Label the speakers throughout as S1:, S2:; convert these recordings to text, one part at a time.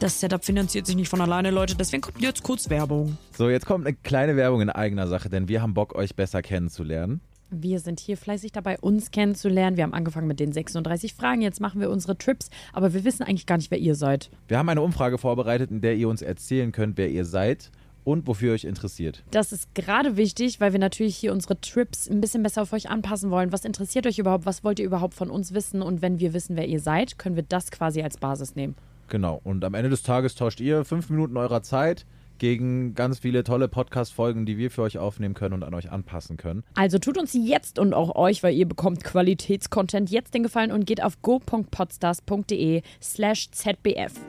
S1: Das Setup finanziert sich nicht von alleine, Leute. Deswegen kommt jetzt kurz Werbung.
S2: So, jetzt kommt eine kleine Werbung in eigener Sache, denn wir haben Bock, euch besser kennenzulernen.
S3: Wir sind hier fleißig dabei, uns kennenzulernen. Wir haben angefangen mit den 36 Fragen. Jetzt machen wir unsere Trips. Aber wir wissen eigentlich gar nicht, wer ihr seid.
S2: Wir haben eine Umfrage vorbereitet, in der ihr uns erzählen könnt, wer ihr seid und wofür ihr euch interessiert.
S3: Das ist gerade wichtig, weil wir natürlich hier unsere Trips ein bisschen besser auf euch anpassen wollen. Was interessiert euch überhaupt? Was wollt ihr überhaupt von uns wissen? Und wenn wir wissen, wer ihr seid, können wir das quasi als Basis nehmen.
S2: Genau. Und am Ende des Tages tauscht ihr fünf Minuten eurer Zeit gegen ganz viele tolle Podcast-Folgen, die wir für euch aufnehmen können und an euch anpassen können.
S3: Also tut uns jetzt und auch euch, weil ihr bekommt Qualitätscontent, jetzt den Gefallen und geht auf go.podstars.de slash zbf.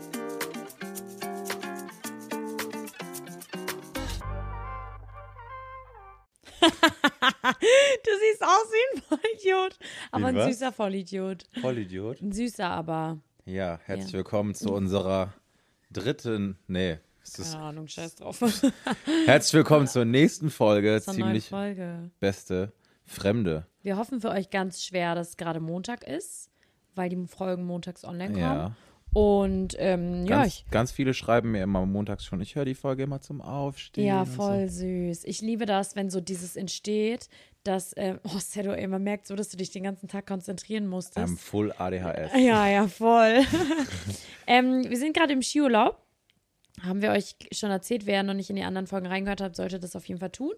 S3: Du siehst aus wie ein Vollidiot, aber
S2: Wie,
S3: ein
S2: was?
S3: süßer Vollidiot.
S2: Vollidiot.
S3: Ein süßer, aber
S2: Ja, herzlich
S3: Ja.
S2: willkommen zu unserer dritten, nee, es ist,
S3: keine Ahnung, scheiß drauf.
S2: herzlich willkommen zur nächsten Folge,
S3: Zur neuen
S2: ziemlich
S3: Folge.
S2: beste Fremde.
S3: Wir hoffen für euch ganz schwer, dass gerade Montag ist, weil die Folgen montags online kommen.
S2: Ja.
S3: Und ähm, ja,
S2: Ganz,
S3: ich,
S2: ganz viele schreiben mir immer montags schon, ich höre die Folge immer zum Aufstehen.
S3: ja,
S2: und so.
S3: voll süß. Ich liebe das, wenn so dieses entsteht, dass, ähm, oh, Sedo, ey, man merkt so, dass du dich den ganzen Tag konzentrieren musstest.
S2: I'm Ähm, full ADHS.
S3: Ja, ja, voll. ähm, wir sind gerade im Skiurlaub. Haben wir euch schon erzählt, wer noch nicht in die anderen Folgen reingehört hat, sollte das auf jeden Fall tun.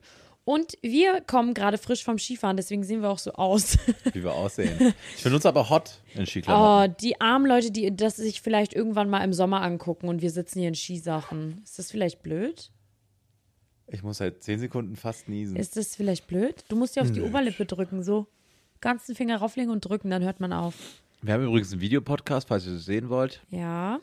S3: Und wir kommen gerade frisch vom Skifahren, deswegen sehen wir auch so aus.
S2: wie wir aussehen. Ich finde uns aber hot in Skiklamotten.
S3: Oh, die armen Leute, die das sich vielleicht irgendwann mal im Sommer angucken und wir sitzen hier in Skisachen. Ist das vielleicht blöd?
S2: Ich muss halt 10 Sekunden fast niesen.
S3: Ist das vielleicht blöd? Du musst dir auf die Oberlippe drücken, so. Ganzen Finger rauflegen und drücken, dann hört man auf.
S2: wir haben übrigens einen Videopodcast, falls ihr das sehen wollt.
S3: Ja.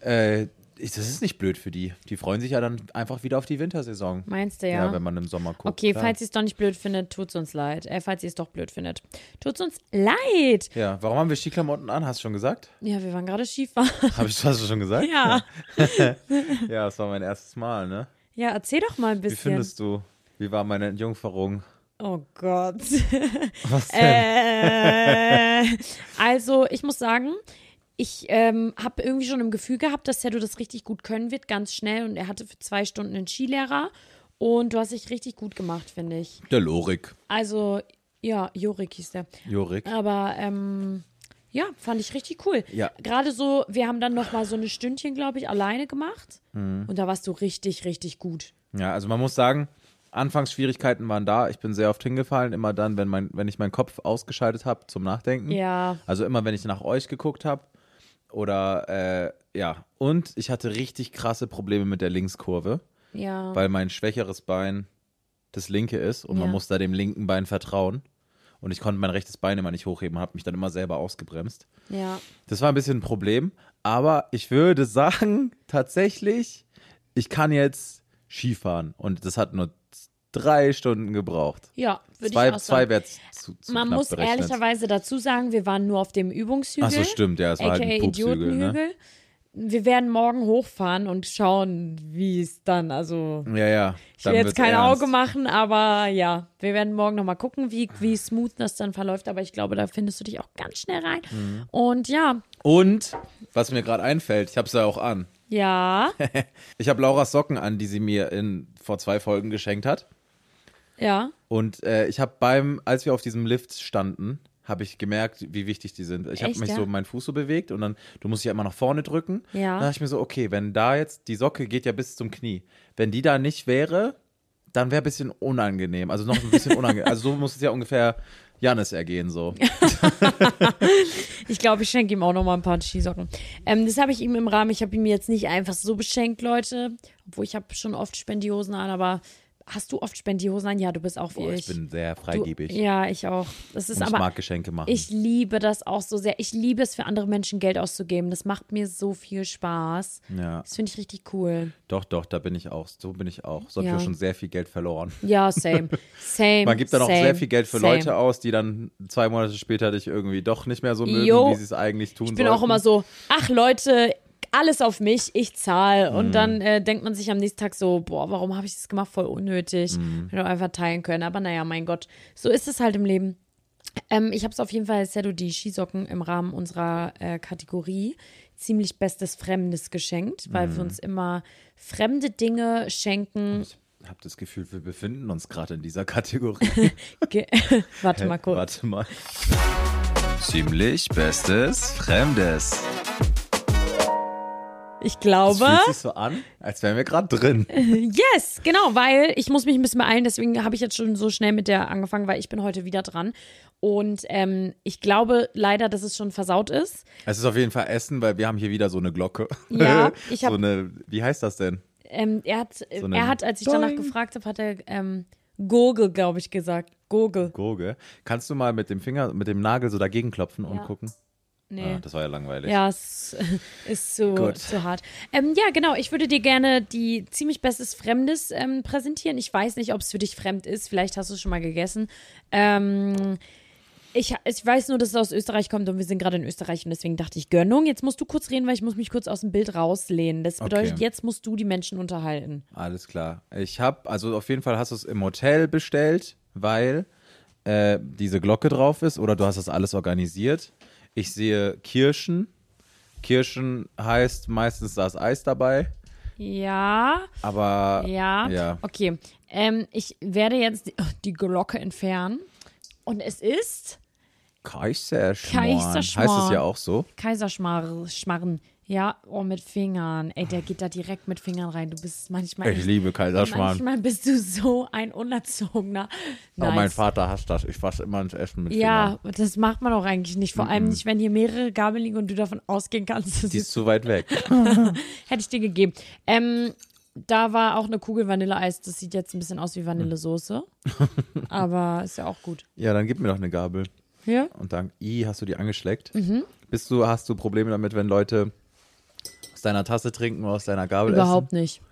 S2: Äh, ich- das ist nicht blöd für die. Die freuen sich ja dann einfach wieder auf die Wintersaison.
S3: Meinst du, ja?
S2: Ja, wenn man im Sommer guckt.
S3: Okay,
S2: klar.
S3: falls ihr es doch nicht blöd findet, tut's uns leid. Äh, falls ihr es doch blöd findet, tut's uns leid.
S2: Ja, warum haben wir Skiklamotten an? Hast du schon gesagt?
S3: Ja, wir waren gerade Skifahren.
S2: Habe ich das schon gesagt?
S3: Ja.
S2: Ja, das war mein erstes Mal, ne?
S3: Ja, erzähl doch mal ein
S2: Wie
S3: bisschen.
S2: findest du, wie war meine Entjungferung?
S3: oh Gott.
S2: Was denn?
S3: äh, also, ich muss sagen, ich ähm, habe irgendwie schon im Gefühl gehabt, dass Sedo das richtig gut können wird, ganz schnell. Und er hatte für zwei Stunden einen Skilehrer. Und du hast dich richtig gut gemacht, finde ich.
S2: Der Lorik.
S3: Also, ja, Jorik hieß der.
S2: Jorik.
S3: Aber ähm, ja, fand ich richtig cool.
S2: Ja.
S3: Gerade so, wir haben dann noch mal so eine Stündchen, glaube ich, alleine gemacht.
S2: Mhm.
S3: Und da warst du richtig, richtig gut.
S2: Ja, also man muss sagen, Anfangsschwierigkeiten waren da. Ich bin sehr oft hingefallen, immer dann, wenn, mein, wenn ich meinen Kopf ausgeschaltet habe zum Nachdenken.
S3: Ja.
S2: Also immer, wenn ich nach euch geguckt habe. Oder, äh, ja. Und ich hatte richtig krasse Probleme mit der Linkskurve,
S3: Ja.
S2: weil mein schwächeres Bein das linke ist und man
S3: Ah. Ja.
S2: muss da dem linken Bein vertrauen. Und ich konnte mein rechtes Bein immer nicht hochheben, habe mich dann immer selber ausgebremst.
S3: ja.
S2: Das war ein bisschen ein Problem, aber ich würde sagen, tatsächlich, ich kann jetzt Skifahren und das hat nur z- drei Stunden gebraucht.
S3: Ja, würde ich
S2: Zwei,
S3: auch
S2: zwei
S3: sagen.
S2: wäre zu, zu
S3: Man
S2: knapp
S3: muss
S2: berechnet.
S3: ehrlicherweise dazu sagen, wir waren nur auf dem Übungshügel.
S2: Ach so, stimmt, ja, es war halt
S3: aka
S2: ein Pupshügel, ne?
S3: Idiotenhügel. Wir werden morgen hochfahren und schauen, wie es dann, also
S2: Ja, ja.
S3: ich will jetzt kein Auge machen, aber ja, wir werden morgen nochmal gucken, wie, wie smooth das dann verläuft, aber ich glaube, da findest du dich auch ganz schnell rein.
S2: Mhm.
S3: Und ja,
S2: Und, was mir gerade einfällt, ich habe es ja auch an.
S3: ja,
S2: Ich habe Laura's Socken an, die sie mir in, vor zwei Folgen geschenkt hat.
S3: ja.
S2: Und äh, ich habe beim, als wir auf diesem Lift standen, habe ich gemerkt, wie wichtig die sind. Ich habe
S3: Echt,
S2: mich
S3: ja?
S2: so meinen Fuß so bewegt und dann, du musst dich ja immer nach vorne drücken.
S3: Ja.
S2: Dann dachte ich mir so, okay, wenn da jetzt, die Socke geht ja bis zum Knie. Wenn die da nicht wäre, dann wäre ein bisschen unangenehm. Also noch ein bisschen unangenehm. Also so muss es ja ungefähr Janis ergehen, so.
S3: Ich glaube, ich schenke ihm auch nochmal ein paar Skisocken. Ähm, das habe ich ihm im Rahmen. Ich habe ihm jetzt nicht einfach so beschenkt, Leute. Obwohl ich habe schon oft Spendiosen an, aber hast du oft Spendiosen an? Ja, du bist auch wie
S2: Boah, ich
S3: ich.
S2: bin sehr
S3: du,
S2: freigebig.
S3: ja, ich auch. Das ist
S2: und ich
S3: aber.
S2: mag Geschenke machen.
S3: Ich liebe das auch so sehr. Ich liebe es, für andere Menschen Geld auszugeben. Das macht mir so viel Spaß.
S2: ja,
S3: Das finde ich richtig cool.
S2: doch, doch, da bin ich auch. So bin ich auch. So habe
S3: Ja.
S2: ich auch schon sehr viel Geld verloren.
S3: Ja, same. Same.
S2: Man gibt dann auch
S3: same,
S2: sehr viel Geld für
S3: same.
S2: Leute aus, die dann zwei Monate später dich irgendwie doch nicht mehr so mögen,
S3: Jo.
S2: wie sie es eigentlich tun
S3: Ich bin auch immer so, ach Leute, alles auf mich, ich zahle.
S2: Mhm.
S3: Und dann äh, denkt man sich am nächsten Tag so, boah, warum habe ich das gemacht? Voll unnötig.
S2: Mhm.
S3: Hätte doch einfach teilen können. Aber naja, mein Gott, so ist es halt im Leben. Ähm, ich habe es auf jeden Fall, Sedo, die Skisocken im Rahmen unserer äh, Kategorie ziemlich bestes Fremdes geschenkt, weil
S2: Mhm.
S3: wir uns immer fremde Dinge schenken.
S2: Ich habe das Gefühl, wir befinden uns gerade in dieser Kategorie.
S3: Ge Warte mal kurz.
S2: Warte mal.
S4: Ziemlich bestes Fremdes.
S3: Ich
S2: Das
S3: glaube.
S2: fühlt sich so an, als wären wir gerade drin.
S3: Yes, genau, weil ich muss mich ein bisschen beeilen, deswegen habe ich jetzt schon so schnell mit der angefangen, weil ich bin heute wieder dran. Und ähm, ich glaube leider, dass es schon versaut ist.
S2: Es ist auf jeden Fall Essen, weil wir haben hier wieder so eine Glocke.
S3: Ja, ich hab-
S2: So eine, wie heißt das denn?
S3: Ähm, er, hat,
S2: So eine
S3: er hat, als ich danach
S2: Doing.
S3: gefragt habe, hat er ähm, Gurgel, glaube ich, gesagt. Gurgel.
S2: Gurgel. Kannst du mal mit dem Finger, mit dem Nagel so dagegen klopfen und
S3: Ja.
S2: gucken?
S3: Nee.
S2: Ah, das war ja langweilig.
S3: ja, es ist zu,
S2: Gut.
S3: zu hart. Ähm, ja, genau. Ich würde dir gerne die ziemlich bestes Fremdes ähm, präsentieren. Ich weiß nicht, ob es für dich fremd ist. Vielleicht hast du es schon mal gegessen. Ähm, ich, ich weiß nur, dass es aus Österreich kommt und wir sind gerade in Österreich und deswegen dachte ich, Gönnung, jetzt musst du kurz reden, weil ich muss mich kurz aus dem Bild rauslehnen. Das bedeutet,
S2: Okay.
S3: jetzt musst du die Menschen unterhalten.
S2: Alles klar. Ich habe, also auf jeden Fall hast du es im Hotel bestellt, weil äh, diese Glocke drauf ist oder du hast das alles organisiert. Ich sehe Kirschen. Kirschen heißt meistens da ist Eis dabei,
S3: Ja,
S2: aber
S3: ja.
S2: ja.
S3: Okay. Ähm, ich werde jetzt die, oh, die Glocke entfernen. Und es ist
S2: Kaiserschmarrn.
S3: Kaiserschmarrn.
S2: Heißt es ja auch so.
S3: Kaiserschmarren. Ja, oh, mit Fingern. Ey, der geht da direkt mit Fingern rein. Du bist manchmal.
S2: Ich
S3: echt-
S2: liebe Kaiserschmarrn.
S3: Manchmal bist du so ein unerzogener.
S2: Aber mein
S3: Nice.
S2: Vater hasst das. Ich fasse immer Mhm. ins Essen mit
S3: Ja,
S2: Fingern.
S3: das macht man auch eigentlich nicht. Vor allem nicht, wenn hier mehrere Gabeln liegen und du davon ausgehen kannst, dass
S2: Die
S3: es
S2: ist zu weit weg.
S3: Hätte ich dir gegeben. Ähm, da war auch eine Kugel Vanilleeis. Das sieht jetzt ein bisschen aus wie Vanillesoße. Aber ist ja auch gut.
S2: Ja, dann gib mir doch eine Gabel.
S3: Ja?
S2: Und dann, i, hast du die angeschleckt?
S3: Mhm.
S2: Bist du, hast du Probleme damit, wenn Leute aus deiner Tasse trinken oder aus deiner Gabel
S3: Überhaupt nicht.
S2: essen?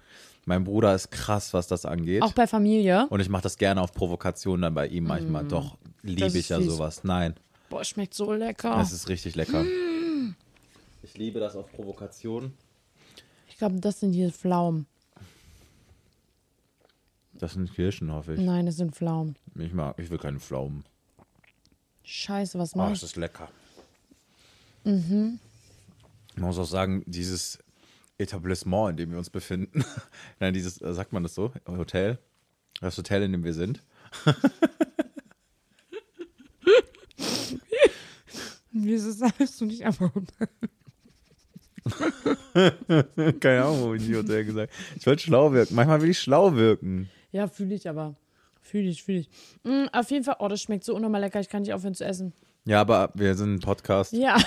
S2: Mein Bruder ist krass, was das angeht.
S3: Auch bei Familie.
S2: Und ich mache das gerne auf Provokation dann bei ihm manchmal. Doch,
S3: Mm. Das
S2: liebe
S3: ist
S2: ich ja
S3: süß.
S2: sowas. Nein,
S3: Boah, schmeckt so lecker.
S2: es ist richtig lecker.
S3: Mm.
S2: Ich liebe das auf Provokation.
S3: Ich glaube, das sind hier Pflaumen.
S2: Das sind Kirschen, hoffe ich.
S3: Nein, das sind Pflaumen.
S2: Ich, mag, ich will keine Pflaumen.
S3: Scheiße, was
S2: Oh,
S3: mach
S2: es
S3: ich?
S2: ist lecker. Mhm. Man muss auch sagen, dieses Etablissement, in dem wir uns befinden, nein, dieses, äh, sagt man das so, Hotel, das Hotel, in dem wir sind,
S3: Wieso sagst du nicht einfach
S2: keine Ahnung, wo ich die Hotel gesagt ich wollte schlau wirken, manchmal will ich schlau wirken.
S3: Ja, fühle ich aber. Fühle ich, fühle ich. Mm, auf jeden Fall, oh, das schmeckt so unnormal lecker. Ich kann nicht aufhören zu essen.
S2: Ja, aber wir sind ein Podcast.
S3: Ja,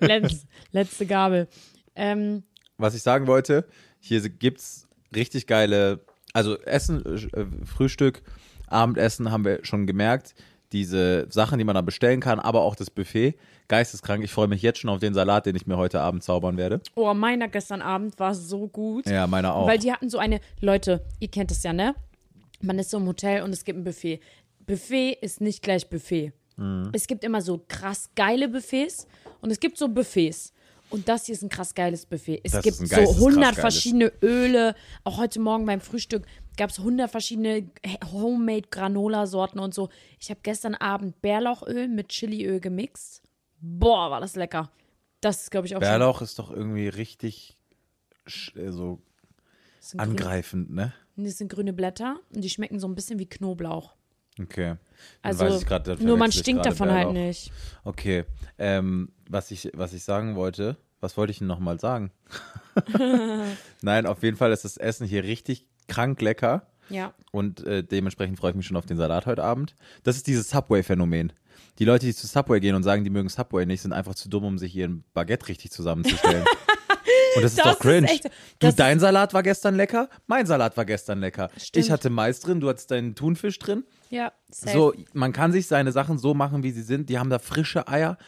S3: Letz, letzte Gabel. Ähm,
S2: Was ich sagen wollte, hier gibt's richtig geile, also Essen, äh, Frühstück, Abendessen haben wir schon gemerkt. Diese Sachen, die man da bestellen kann, aber auch das Buffet. Geisteskrank. Ich freue mich jetzt schon auf den Salat, den ich mir heute Abend zaubern werde.
S3: oh, meiner gestern Abend war so gut.
S2: Ja, meiner auch.
S3: Weil die hatten so eine, Leute, ihr kennt das ja, ne? Man ist so im Hotel und es gibt ein Buffet. Buffet ist nicht gleich Buffet.
S2: Mhm.
S3: Es gibt immer so krass geile Buffets und es gibt so Buffets. Und das hier ist ein krass geiles Buffet. Es
S2: Das
S3: gibt
S2: ist ein
S3: so
S2: geisteskrass
S3: 100
S2: geiles.
S3: verschiedene Öle. Auch heute Morgen beim Frühstück gab es 100 verschiedene Homemade-Granola-Sorten und so. Ich habe gestern Abend Bärlauchöl mit Chiliöl gemixt. Boah, war das lecker. Das ist, glaube ich, auch schon-
S2: Bärlauch ist doch irgendwie richtig sch- äh, so
S3: das sind grüne-
S2: angreifend, ne?
S3: Das sind grüne Blätter und die schmecken so ein bisschen wie Knoblauch.
S2: Okay. Dann
S3: Also
S2: weiß ich grad, dann
S3: nur man
S2: verwechsel ich
S3: stinkt
S2: gerade
S3: davon
S2: Bärlauch.
S3: halt nicht.
S2: Okay. Ähm, was, ich, was ich sagen wollte, was wollte ich denn nochmal sagen? Nein, auf jeden Fall ist das Essen hier richtig krank lecker.
S3: Ja.
S2: Und äh, dementsprechend freue ich mich schon auf den Salat heute Abend. Das ist dieses Subway-Phänomen. Die Leute, die zu Subway gehen und sagen, die mögen Subway nicht, sind einfach zu dumm, um sich ihren Baguette richtig zusammenzustellen. und das ist
S3: Das
S2: doch cringe.
S3: ist echt-
S2: du,
S3: das-
S2: dein Salat war gestern lecker, mein Salat war gestern lecker.
S3: Stimmt.
S2: Ich hatte Mais drin, du hattest deinen Thunfisch drin.
S3: Ja, safe.
S2: So, man kann sich seine Sachen so machen, wie sie sind. Die haben da frische Eier.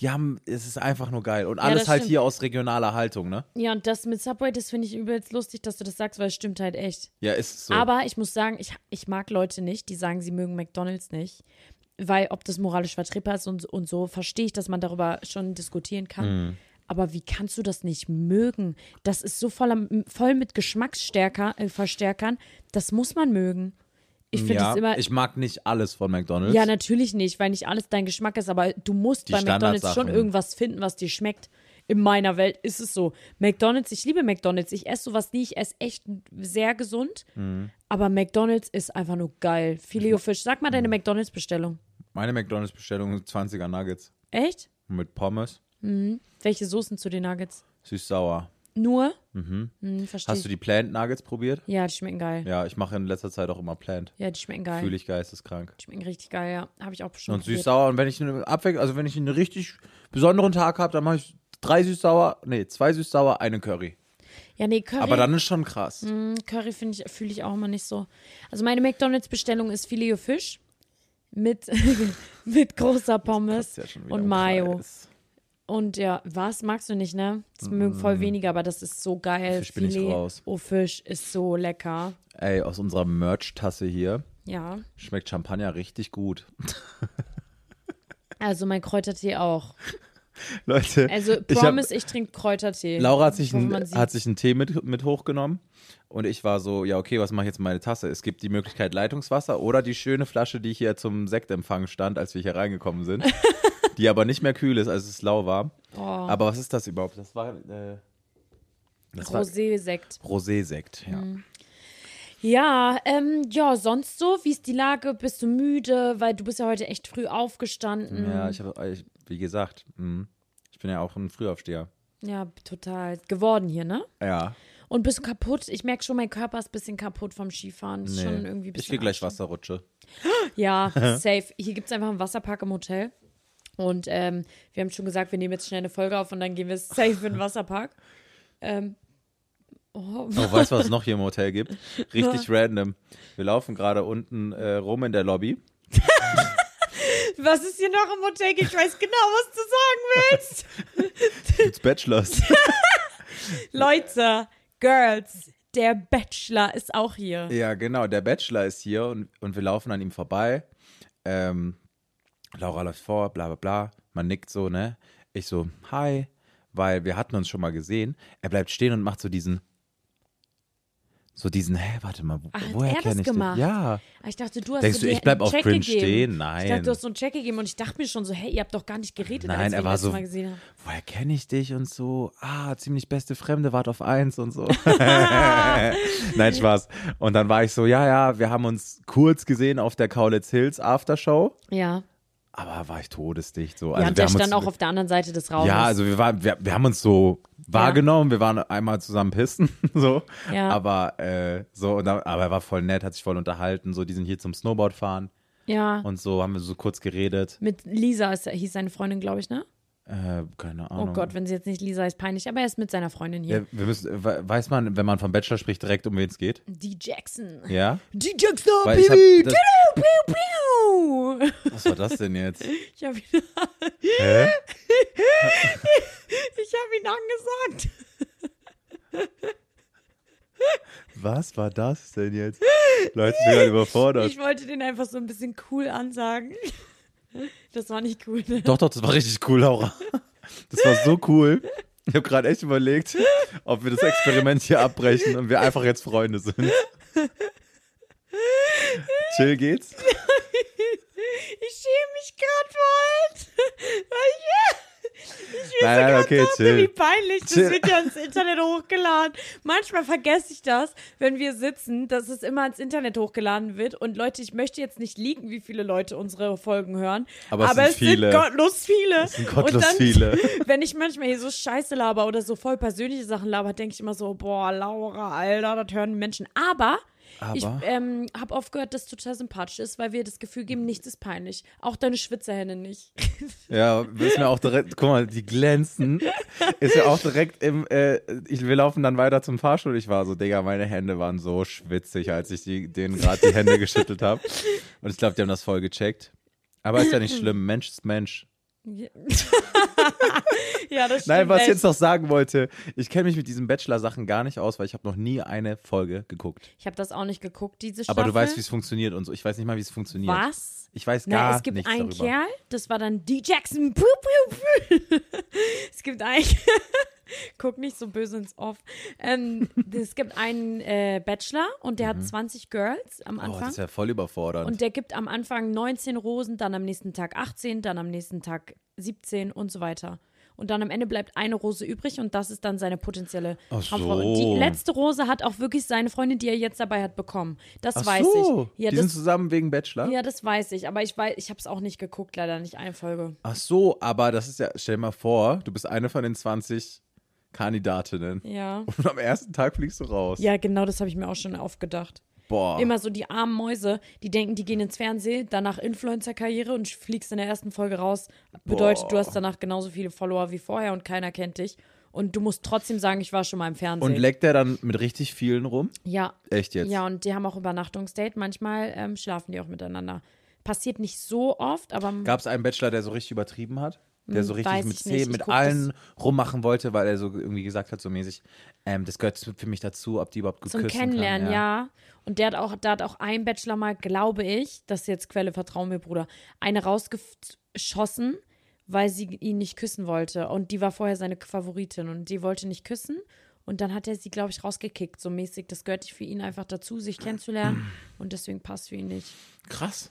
S2: Die haben, es ist einfach nur geil. Und alles
S3: das
S2: halt
S3: stimmt.
S2: hier aus regionaler Haltung, ne?
S3: Ja, und das mit Subway, das finde ich übelst lustig, dass du das sagst, weil es stimmt halt echt.
S2: Ja, ist so.
S3: Aber ich muss sagen, ich, ich mag Leute nicht, die sagen, sie mögen McDonalds nicht. Weil ob das moralisch vertretbar ist und, und so, verstehe ich, dass man darüber schon diskutieren kann.
S2: Mhm.
S3: Aber wie kannst du das nicht mögen? Das ist so voll, am, voll mit Geschmacksstärker, äh, Verstärkern. Das muss man mögen. Ich finde
S2: ja,
S3: das immer. ne
S2: ich mag nicht alles von McDonalds.
S3: Ja, natürlich nicht, weil nicht alles dein Geschmack ist, aber du musst bei McDonalds schon
S2: Standardsachen.
S3: irgendwas finden, was dir schmeckt. in meiner Welt ist es so. McDonalds, ich liebe McDonalds. Ich esse sowas nie. Ich esse echt sehr gesund.
S2: Mhm.
S3: Aber McDonalds ist einfach nur geil. Filet-O-Fisch. Sag mal
S2: Mhm.
S3: deine McDonalds-Bestellung.
S2: Meine McDonalds-Bestellung sind 20er Nuggets
S3: Echt?
S2: mit Pommes,
S3: Welche Soßen zu den Nuggets?
S2: süß-sauer.
S3: Nur? Hm, verstehe.
S2: Mhm. Hast du die Plant Nuggets probiert?
S3: ja, die schmecken geil.
S2: Ja, ich mache in letzter Zeit auch immer Plant.
S3: Ja, die schmecken geil.
S2: Fühle ich geisteskrank.
S3: Die schmecken richtig geil, ja. Habe ich auch bestimmt.
S2: Und süß-sauer. Und wenn ich einen Abwech also wenn ich einen richtig besonderen Tag habe, dann mache ich drei süß-sauer, nee, zwei süß-sauer, eine Curry.
S3: Ja, nee, Curry.
S2: Aber dann ist schon krass.
S3: Mm, Curry finde ich, fühle ich auch immer nicht so. Also meine McDonalds-Bestellung ist Filet-O-Fisch mit, mit großer Pommes
S2: Passt ja schon wieder
S3: und
S2: im
S3: Mayo.
S2: Kreis.
S3: Und ja, was magst du nicht, ne? Das mögen voll weniger, aber das ist so geil.
S2: Mm. Fisch bin ich raus.
S3: Oh, Fisch ist so lecker.
S2: Ey, aus unserer Merch-Tasse hier
S3: Ja.
S2: schmeckt Champagner richtig gut.
S3: Also mein Kräutertee auch.
S2: Leute,
S3: Also
S2: ich hab-
S3: Promise, ich, trinke Kräutertee.
S2: Laura hat sich,
S3: Wo man
S2: ein,
S3: sieht-
S2: hat sich einen Tee mit, mit hochgenommen und ich war so, ja okay, was mache ich jetzt in meine Tasse? Es gibt die Möglichkeit Leitungswasser oder die schöne Flasche, die hier zum Sektempfang stand, als wir hier reingekommen sind, die aber nicht mehr kühl ist, also es ist lauwarm.
S3: Oh.
S2: Aber was ist das überhaupt? Das war, äh, das war
S3: Rosé-Sekt.
S2: Rosé-Sekt, ja.
S3: Mhm. Ja, ähm, ja, sonst so, wie ist die Lage? Bist du müde? Weil du bist ja heute echt früh aufgestanden.
S2: Ja, ich habe, ich, wie gesagt, mh, ich bin ja auch ein Frühaufsteher.
S3: Ja, total. Geworden hier, ne?
S2: Ja,
S3: Und bist du kaputt? Ich merke schon, mein Körper ist ein bisschen kaputt vom Skifahren. Ist schon irgendwie ein
S2: ich
S3: bisschen
S2: gehe gleich
S3: anstrengend.
S2: Wasserrutsche.
S3: Ja, safe. Hier gibt es einfach einen Wasserpark im Hotel. Und ähm, wir haben schon gesagt, wir nehmen jetzt schnell eine Folge auf und dann gehen wir safe in den Wasserpark. Ähm, oh,
S2: Oh, weißt du, was es noch hier im Hotel gibt? Richtig random. Wir laufen gerade unten äh, rum in der Lobby.
S3: was ist hier noch im Hotel? Ich weiß genau, was du sagen willst.
S2: Gibt's Bachelors.
S3: Leute, Girls, der Bachelor ist auch hier.
S2: ja, genau. Der Bachelor ist hier und, und wir laufen an ihm vorbei. Ähm, Laura läuft vor, bla bla bla. Man nickt so, ne? Ich so, hi, weil wir hatten uns schon mal gesehen. Er bleibt stehen und macht so diesen. So diesen, hä, warte mal, wo,
S3: Ach, Ah, hat
S2: woher
S3: er
S2: kenne
S3: das
S2: ich den?
S3: gemacht?
S2: Ja.
S3: Ah, Ich dachte, du hast
S2: Denkst
S3: so
S2: du,
S3: dir
S2: ich bleib
S3: einen
S2: auf
S3: Check
S2: cringe
S3: gegeben.
S2: stehen?
S3: Ich dachte,
S2: Nein.
S3: du hast so einen Check gegeben und ich dachte mir schon so, hey, ihr habt doch gar nicht geredet, als
S2: Nein,
S3: wir
S2: er
S3: ihn
S2: war
S3: das
S2: so,
S3: Mal gesehen haben.
S2: woher kenne ich dich und so, ah, ziemlich beste Fremde, wart auf eins und so. Nein, Spaß. Und dann war ich so, ja, ja, wir haben uns kurz gesehen auf der Kaulitz Hills Aftershow,
S3: Ja.
S2: aber war ich todesdicht so.
S3: ja, und der
S2: Also haben
S3: stand
S2: uns,
S3: auch auf der anderen Seite des Raumes.
S2: Ja, also wir, waren, wir, wir haben uns so wahrgenommen, wir waren einmal zusammen pissen, so.
S3: Ja.
S2: Aber, äh, so, und dann, aber er war voll nett, hat sich voll unterhalten, so, die sind hier zum Snowboard fahren
S3: ja.
S2: und so, haben wir so kurz geredet.
S3: mit Lisa ist, hieß seine Freundin, glaube ich, ne?
S2: Äh, keine
S3: Oh
S2: Ahnung.
S3: Gott, wenn sie jetzt nicht Lisa ist, peinlich. Aber er ist mit seiner Freundin hier.
S2: Ja, wir müssen, we- weiß man, wenn man vom Bachelor spricht, direkt um wen es geht?
S3: Die Jackson.
S2: Ja?
S3: Die Jackson,
S2: Weil ich hab-
S3: Baby!
S2: das-
S3: Piu, piu, piu!
S2: Was war das denn jetzt?
S3: Ich habe ihn,
S2: Hä?
S3: ich hab ihn angesagt.
S2: Was war das denn jetzt? Leute, ich bin gerade überfordert.
S3: Ich wollte den einfach so ein bisschen cool ansagen. Das war nicht cool. Ne?
S2: Doch, doch, das war richtig cool, Laura. Das war so cool. Ich habe gerade echt überlegt, ob wir das Experiment hier abbrechen und wir einfach jetzt Freunde sind. Chill geht's?
S3: Ich schäme mich gerade voll. Weil ich, ich
S2: Nein, nein,
S3: grad
S2: Äh, okay,
S3: dachte,
S2: chill.
S3: wie peinlich. Das
S2: Chill.
S3: wird ja ins Internet hochgeladen. Manchmal vergesse ich das, wenn wir sitzen, dass es immer ins Internet hochgeladen wird. Und Leute, ich möchte jetzt nicht liegen, wie viele Leute uttere Folgen hören.
S2: Aber es sind viele.
S3: sind gottlos viele. Es
S2: sind gottlos viele.
S3: Wenn ich manchmal hier so Scheiße laber oder so voll persönliche Sachen laber, denke ich immer so, boah, Laura, Alter, das hören die Menschen. Aber, ich
S2: Aber?
S3: ähm, habe oft gehört, dass es total sympathisch ist, weil wir das Gefühl geben, nichts ist peinlich. Auch deine Schwitzerhände nicht.
S2: Ja, ist mir auch direkt, guck mal, die glänzen. Ist ja auch direkt im, äh, ich, wir laufen dann weiter zum Fahrstuhl. Ich war so, Digga, meine Hände waren so schwitzig, als ich die, denen gerade die Hände geschüttelt habe. Und ich glaube, die haben das voll gecheckt. Aber ist ja nicht schlimm, Mensch ist Mensch.
S3: ja, das stimmt.
S2: Nein, was ich
S3: echt.
S2: jetzt noch sagen wollte, ich kenne mich mit diesen Bachelor-Sachen gar nicht aus, weil ich habe noch nie eine Folge geguckt.
S3: Ich habe das auch nicht geguckt, diese Staffel.
S2: Aber du weißt, wie es funktioniert und so. Ich weiß nicht mal, wie es funktioniert.
S3: Was?
S2: Ich weiß gar
S3: Na, es gibt
S2: nichts
S3: einen
S2: darüber.
S3: Kerl, das war dann D. Jackson. Puh, puh, puh. es gibt einen. Guck nicht so böse ins Off. Ähm, es gibt einen äh, Bachelor und der hat 20 Girls am
S2: Mhm. Oh, das
S3: Anfang.
S2: ist ja voll überfordernd.
S3: und der gibt am Anfang 19 Rosen, dann am nächsten Tag 18, dann am nächsten Tag 17 und so weiter. und dann am Ende bleibt eine Rose übrig und das ist dann seine potenzielle
S2: Ach
S3: Traumfrau.
S2: so.
S3: Und die letzte Rose hat auch wirklich seine Freundin, die er jetzt dabei hat, bekommen. Das
S2: Ach
S3: weiß
S2: so,
S3: ich. Ja,
S2: die sind
S3: das,
S2: zusammen wegen Bachelor?
S3: ja, das weiß ich. Aber ich weiß, ich habe es auch nicht geguckt, leider nicht eine Folge.
S2: Ach so, aber das ist ja, stell dir mal vor, du bist eine von den 20 Kandidatinnen.
S3: Ja.
S2: Und am ersten Tag fliegst du raus.
S3: Ja, genau, das habe ich mir auch schon aufgedacht.
S2: Boah.
S3: Immer so die armen Mäuse, die denken, die gehen ins Fernsehen, danach Influencer-Karriere und fliegst in der ersten Folge raus. Bedeutet, du hast danach genauso viele Follower wie vorher und keiner kennt dich. Und du musst trotzdem sagen, ich war schon mal im Fernsehen.
S2: Und leckt der dann mit richtig vielen rum?
S3: ja.
S2: Echt jetzt?
S3: Ja, und die haben auch Übernachtungsdate. Manchmal ähm, schlafen die auch miteinander. Passiert nicht so oft, aber
S2: Gab es einen Bachelor, der so richtig übertrieben hat? Der so richtig
S3: Hm, weiß
S2: mit
S3: ich nicht.
S2: zehn,
S3: Ich
S2: mit
S3: guck
S2: allen rummachen wollte, weil er so irgendwie gesagt hat, so mäßig, ähm, das gehört für mich dazu, ob die überhaupt gut
S3: zum
S2: küssen
S3: Kennenlernen,
S2: kann.
S3: ja. Und der hat auch, da hat auch ein Bachelor mal, glaube ich, das ist jetzt Quelle, vertrau mir, Bruder, eine rausgeschossen, weil sie ihn nicht küssen wollte. Und die war vorher seine Favoritin und die wollte nicht küssen. Und dann hat er sie, glaube ich, rausgekickt, so mäßig. Das gehört für ihn einfach dazu, sich kennenzulernen. Und deswegen passt für ihn nicht.
S2: Krass.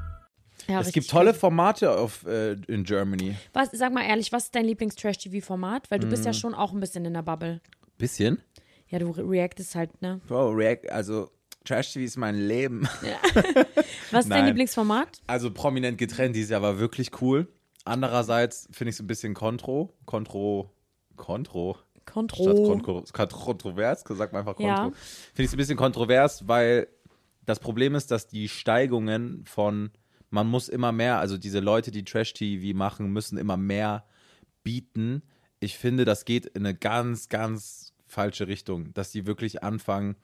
S3: Ja,
S2: es
S3: richtig
S2: gibt tolle Formate auf, äh, in Germany.
S3: Was, sag mal ehrlich, was ist dein Lieblings-Trash-TV-Format? Weil du bist
S2: Mm.
S3: ja schon auch ein bisschen in der Bubble.
S2: Bisschen.
S3: Ja, du re- reactest halt, ne?
S2: Wow, React, also Trash TV ist mein Leben.
S3: Was ist dein
S2: Nein.
S3: Lieblingsformat?
S2: Also prominent getrennt dieses Jahr war wirklich cool. Andererseits finde ich es ein bisschen kontro, kontro, kontro.
S3: Kontro.
S2: Statt kontro, kontrovers, sagt man einfach kontro.
S3: Ja.
S2: Finde ich es ein bisschen kontrovers, weil das Problem ist, dass die Steigungen von, man muss immer mehr, also diese Leute, die Trash-TV machen, müssen immer mehr bieten. Ich finde, das geht in eine ganz, ganz falsche Richtung, dass die wirklich anfangen,